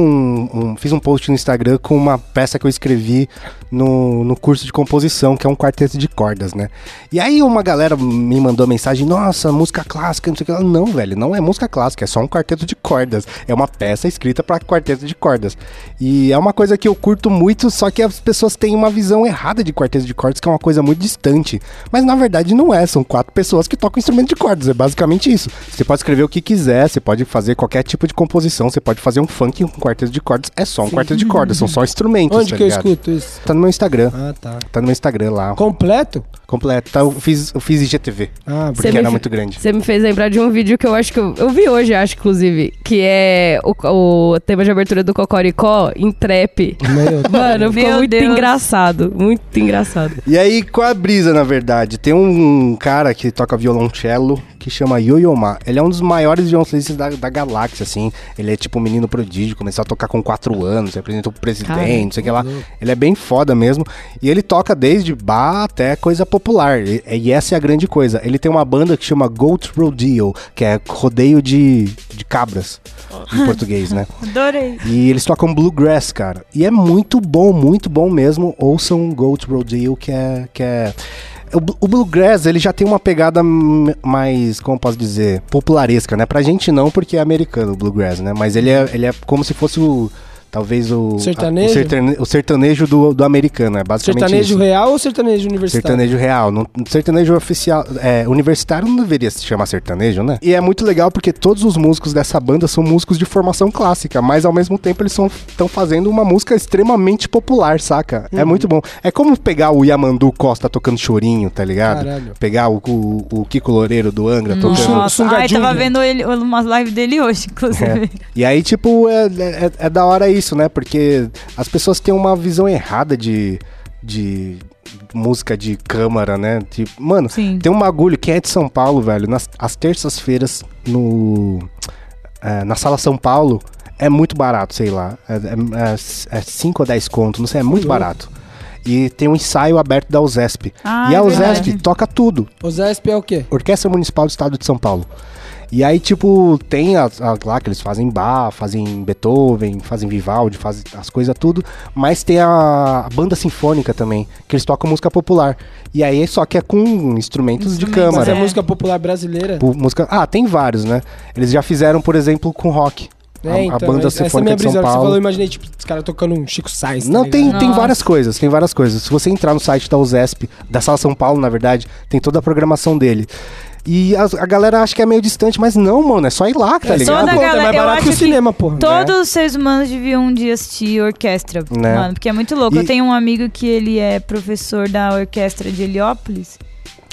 S1: um- Fiz um post no Instagram com uma peça que eu escrevi no, no curso de composição, que é um quarteto de cordas, né? E aí uma galera me mandou mensagem: nossa, música clássica, não sei o que. lá." Não, velho, não é música clássica, é só um quarteto de cordas. É uma peça escrita para quarteto de cordas. E é uma coisa que eu curto muito, só que as pessoas têm uma visão errada de quarteto de cordas, que é uma coisa muito distante. Mas na verdade não é, são quatro pessoas que tocam instrumento de cordas, é basicamente isso. Você pode escrever o que quiser, você pode fazer qualquer tipo de composição, você pode fazer um funk com quarteto de cordas, é só um quarteto de cordas, são só instrumentos,
S3: Onde
S1: tá
S3: que eu
S1: ligado?
S3: escuto isso?
S1: Tá no meu Instagram,
S3: Ah, tá.
S1: tá no meu Instagram lá,
S3: Completo?
S1: completo. Tá, eu fiz, eu fiz IGTV,
S3: Ah,
S1: porque
S2: me
S1: era
S2: fe-
S1: muito grande.
S2: Você me fez lembrar de um vídeo que eu acho que eu, eu vi hoje, acho, inclusive, que é o, o tema de abertura do Cocoricó em trap.
S3: meu
S2: Mano, ficou
S4: Meu
S2: muito
S4: Deus.
S2: engraçado. Muito engraçado.
S1: E aí, qual é a brisa, na verdade? Tem um cara que toca violoncelo que chama Yo-Yo Ma. Ele é um dos maiores violoncelistas da, da galáxia, assim. Ele é tipo um menino prodígio, começou a tocar com 4 anos, representou o presidente,
S2: Caramba.
S1: não sei o que lá. Ele é bem foda mesmo. E ele toca desde bar até coisa popular. E, e essa é a grande coisa. Ele tem uma banda que chama Goat Rodeo, que é rodeio de, de cabras, em português, né?
S4: Adorei.
S1: E eles tocam bluegrass, cara. E é muito bom, muito bom mesmo. Ouçam Goat Rodeo, que é. Que é... O, bl- o bluegrass, ele já tem uma pegada m- mais, como posso dizer, popularesca, né? Pra gente não, porque é americano o bluegrass, né? Mas ele é, ele é como se fosse o. Talvez o.
S3: Sertanejo?
S1: a- o, sertane- o sertanejo do, do americano, é basicamente
S3: Sertanejo
S1: isso.
S3: real ou sertanejo universitário?
S1: Sertanejo real. Não, sertanejo oficial. É, universitário não deveria se chamar sertanejo, né? E é muito legal porque todos os músicos dessa banda são músicos de formação clássica, mas ao mesmo tempo eles estão fazendo uma música extremamente popular, saca?
S3: Uhum.
S1: É muito bom. É como pegar o Yamandu Costa tocando chorinho, tá ligado?
S3: Caralho. Uhum.
S1: Pegar o, o- o Kiko Loureiro do Angra tocando.
S4: Nossa, ai,
S3: Sungadinho.
S4: tava vendo ele, umas lives dele hoje, inclusive.
S1: E aí, tipo, é, é- é da hora isso, né? Porque as pessoas têm uma visão errada de, de música de câmara, né? Tipo, mano,
S4: Sim.
S1: tem um bagulho, quem é de São Paulo, velho, nas as terças-feiras no é, na Sala São Paulo. é muito barato, sei lá. É 5 ou 10 conto, não sei, é muito barato. E tem um ensaio aberto da USESP.
S4: Ah,
S1: e
S4: é
S1: a
S4: verdade.
S1: USESP toca tudo.
S3: O Zesp é o quê?
S1: Orquestra Municipal do Estado de São Paulo. E aí, tipo, tem as, as lá que eles fazem Bach, fazem Beethoven, fazem Vivaldi, fazem as coisas tudo, mas tem a, a banda sinfônica também, que eles tocam música popular. E aí, só que é com instrumentos, de
S3: Mas
S1: câmara.
S3: é música popular brasileira.
S1: Pu- música- Ah, tem vários, né? Eles já fizeram, por exemplo, com rock.
S3: É,
S1: a, a
S3: então,
S1: banda
S3: essa é a
S1: sinfônica
S3: minha
S1: de São
S3: brisa. Você
S1: Paulo.
S3: falou, eu imaginei, tipo, os caras tocando um Chico Sainz. tá
S1: Não, tem,
S3: ligado?
S1: tem
S4: Nossa.
S1: várias coisas, tem várias coisas. Se você entrar no site da USESP, da Sala São Paulo, na verdade, tem toda a programação dele. E as- a, galera acha que é meio distante, mas não, mano, é só ir lá, tá
S3: É,
S1: ligado?
S4: Toda
S3: pô,
S4: galera-
S3: é mais
S4: eu
S3: barato
S4: acho
S3: que o
S4: que
S3: cinema, porra.
S1: É.
S4: Todos os seres humanos deviam um dia assistir orquestra,
S1: Né?
S4: mano, porque é muito louco.
S1: E-
S4: Eu tenho um amigo que ele é professor da orquestra de Heliópolis.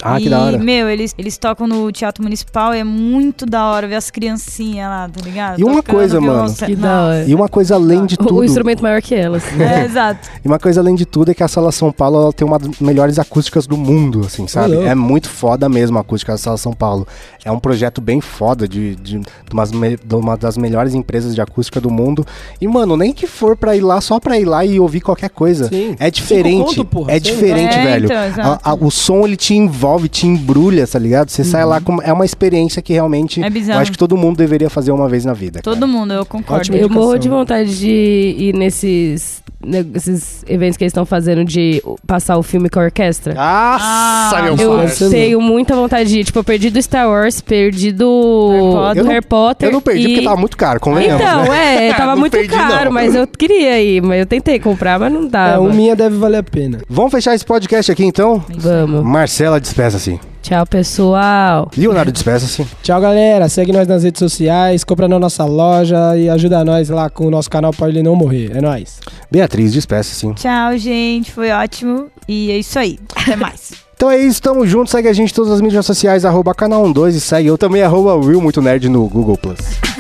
S1: Ah,
S4: e,
S1: que da hora.
S4: meu, eles, eles tocam no Teatro Municipal e é muito da hora ver as criancinhas lá, tá ligado?
S1: E uma
S4: Tocando
S1: coisa,
S4: violão,
S1: mano.
S4: sa-
S2: Que
S4: Nossa.
S2: da hora.
S1: E uma coisa além de
S2: O,
S1: tudo,
S2: o instrumento maior que elas.
S4: É, exato.
S1: e uma coisa além de tudo é que a Sala São Paulo ela tem uma das melhores acústicas do mundo, assim, sabe?
S3: louco.
S1: É muito foda mesmo a acústica da Sala São Paulo. É um projeto bem foda de, de, de umas me- de uma das melhores empresas de acústica do mundo. E, mano, nem que for pra ir lá, só pra ir lá e ouvir qualquer coisa.
S3: Sim.
S1: É diferente.
S3: Cinco conto, porra,
S1: é
S3: sei lá.
S1: diferente,
S4: É,
S1: velho.
S4: então,
S1: A-
S4: exato.
S1: a- o som ele te envolve, te embrulha, tá ligado? Você
S3: Uhum.
S1: sai lá com. É uma experiência que realmente.
S4: É bizarro.
S1: eu acho que todo mundo deveria fazer uma vez na vida.
S4: Todo
S1: cara.
S4: mundo, eu concordo.
S3: Ótimo.
S2: Eu
S3: Indicação,
S2: morro de
S3: né?
S2: vontade de ir nesses, nesses eventos que eles estão fazendo de passar o filme com a orquestra.
S1: Nossa,
S4: Ah,
S1: meu
S2: Eu
S1: parça.
S3: parça.
S2: tenho muita vontade de ir. Tipo, eu perdi do Star Wars, perdi
S4: Harry
S2: do
S4: Potter.
S2: do
S1: Eu não-
S2: Harry Potter.
S1: Eu não perdi
S2: e-
S1: porque tá tava muito caro, convenhamos. né? Ah,
S2: Então, é, tava
S1: Não
S2: muito
S1: perdi, não.
S2: caro, mas eu queria ir. Mas eu tentei comprar, mas não dava.
S3: É, um minha deve valer a pena.
S1: Vamos fechar esse podcast aqui então?
S2: Vamos.
S1: Marcela despeça-se.
S2: Tchau, pessoal.
S1: Leonardo despeça-se.
S3: Tchau, galera. Segue nós nas redes sociais, compra na nossa loja e ajuda nós lá com o nosso canal pra ele não morrer. É nóis.
S1: Beatriz despeça-se.
S4: Tchau, gente. Foi ótimo. E é isso aí. Até mais.
S1: Então é isso, tamo um junto. Segue a gente em todas as mídias sociais, arroba canal12 e segue eu também, arroba Will Muito Nerd no Google Plus.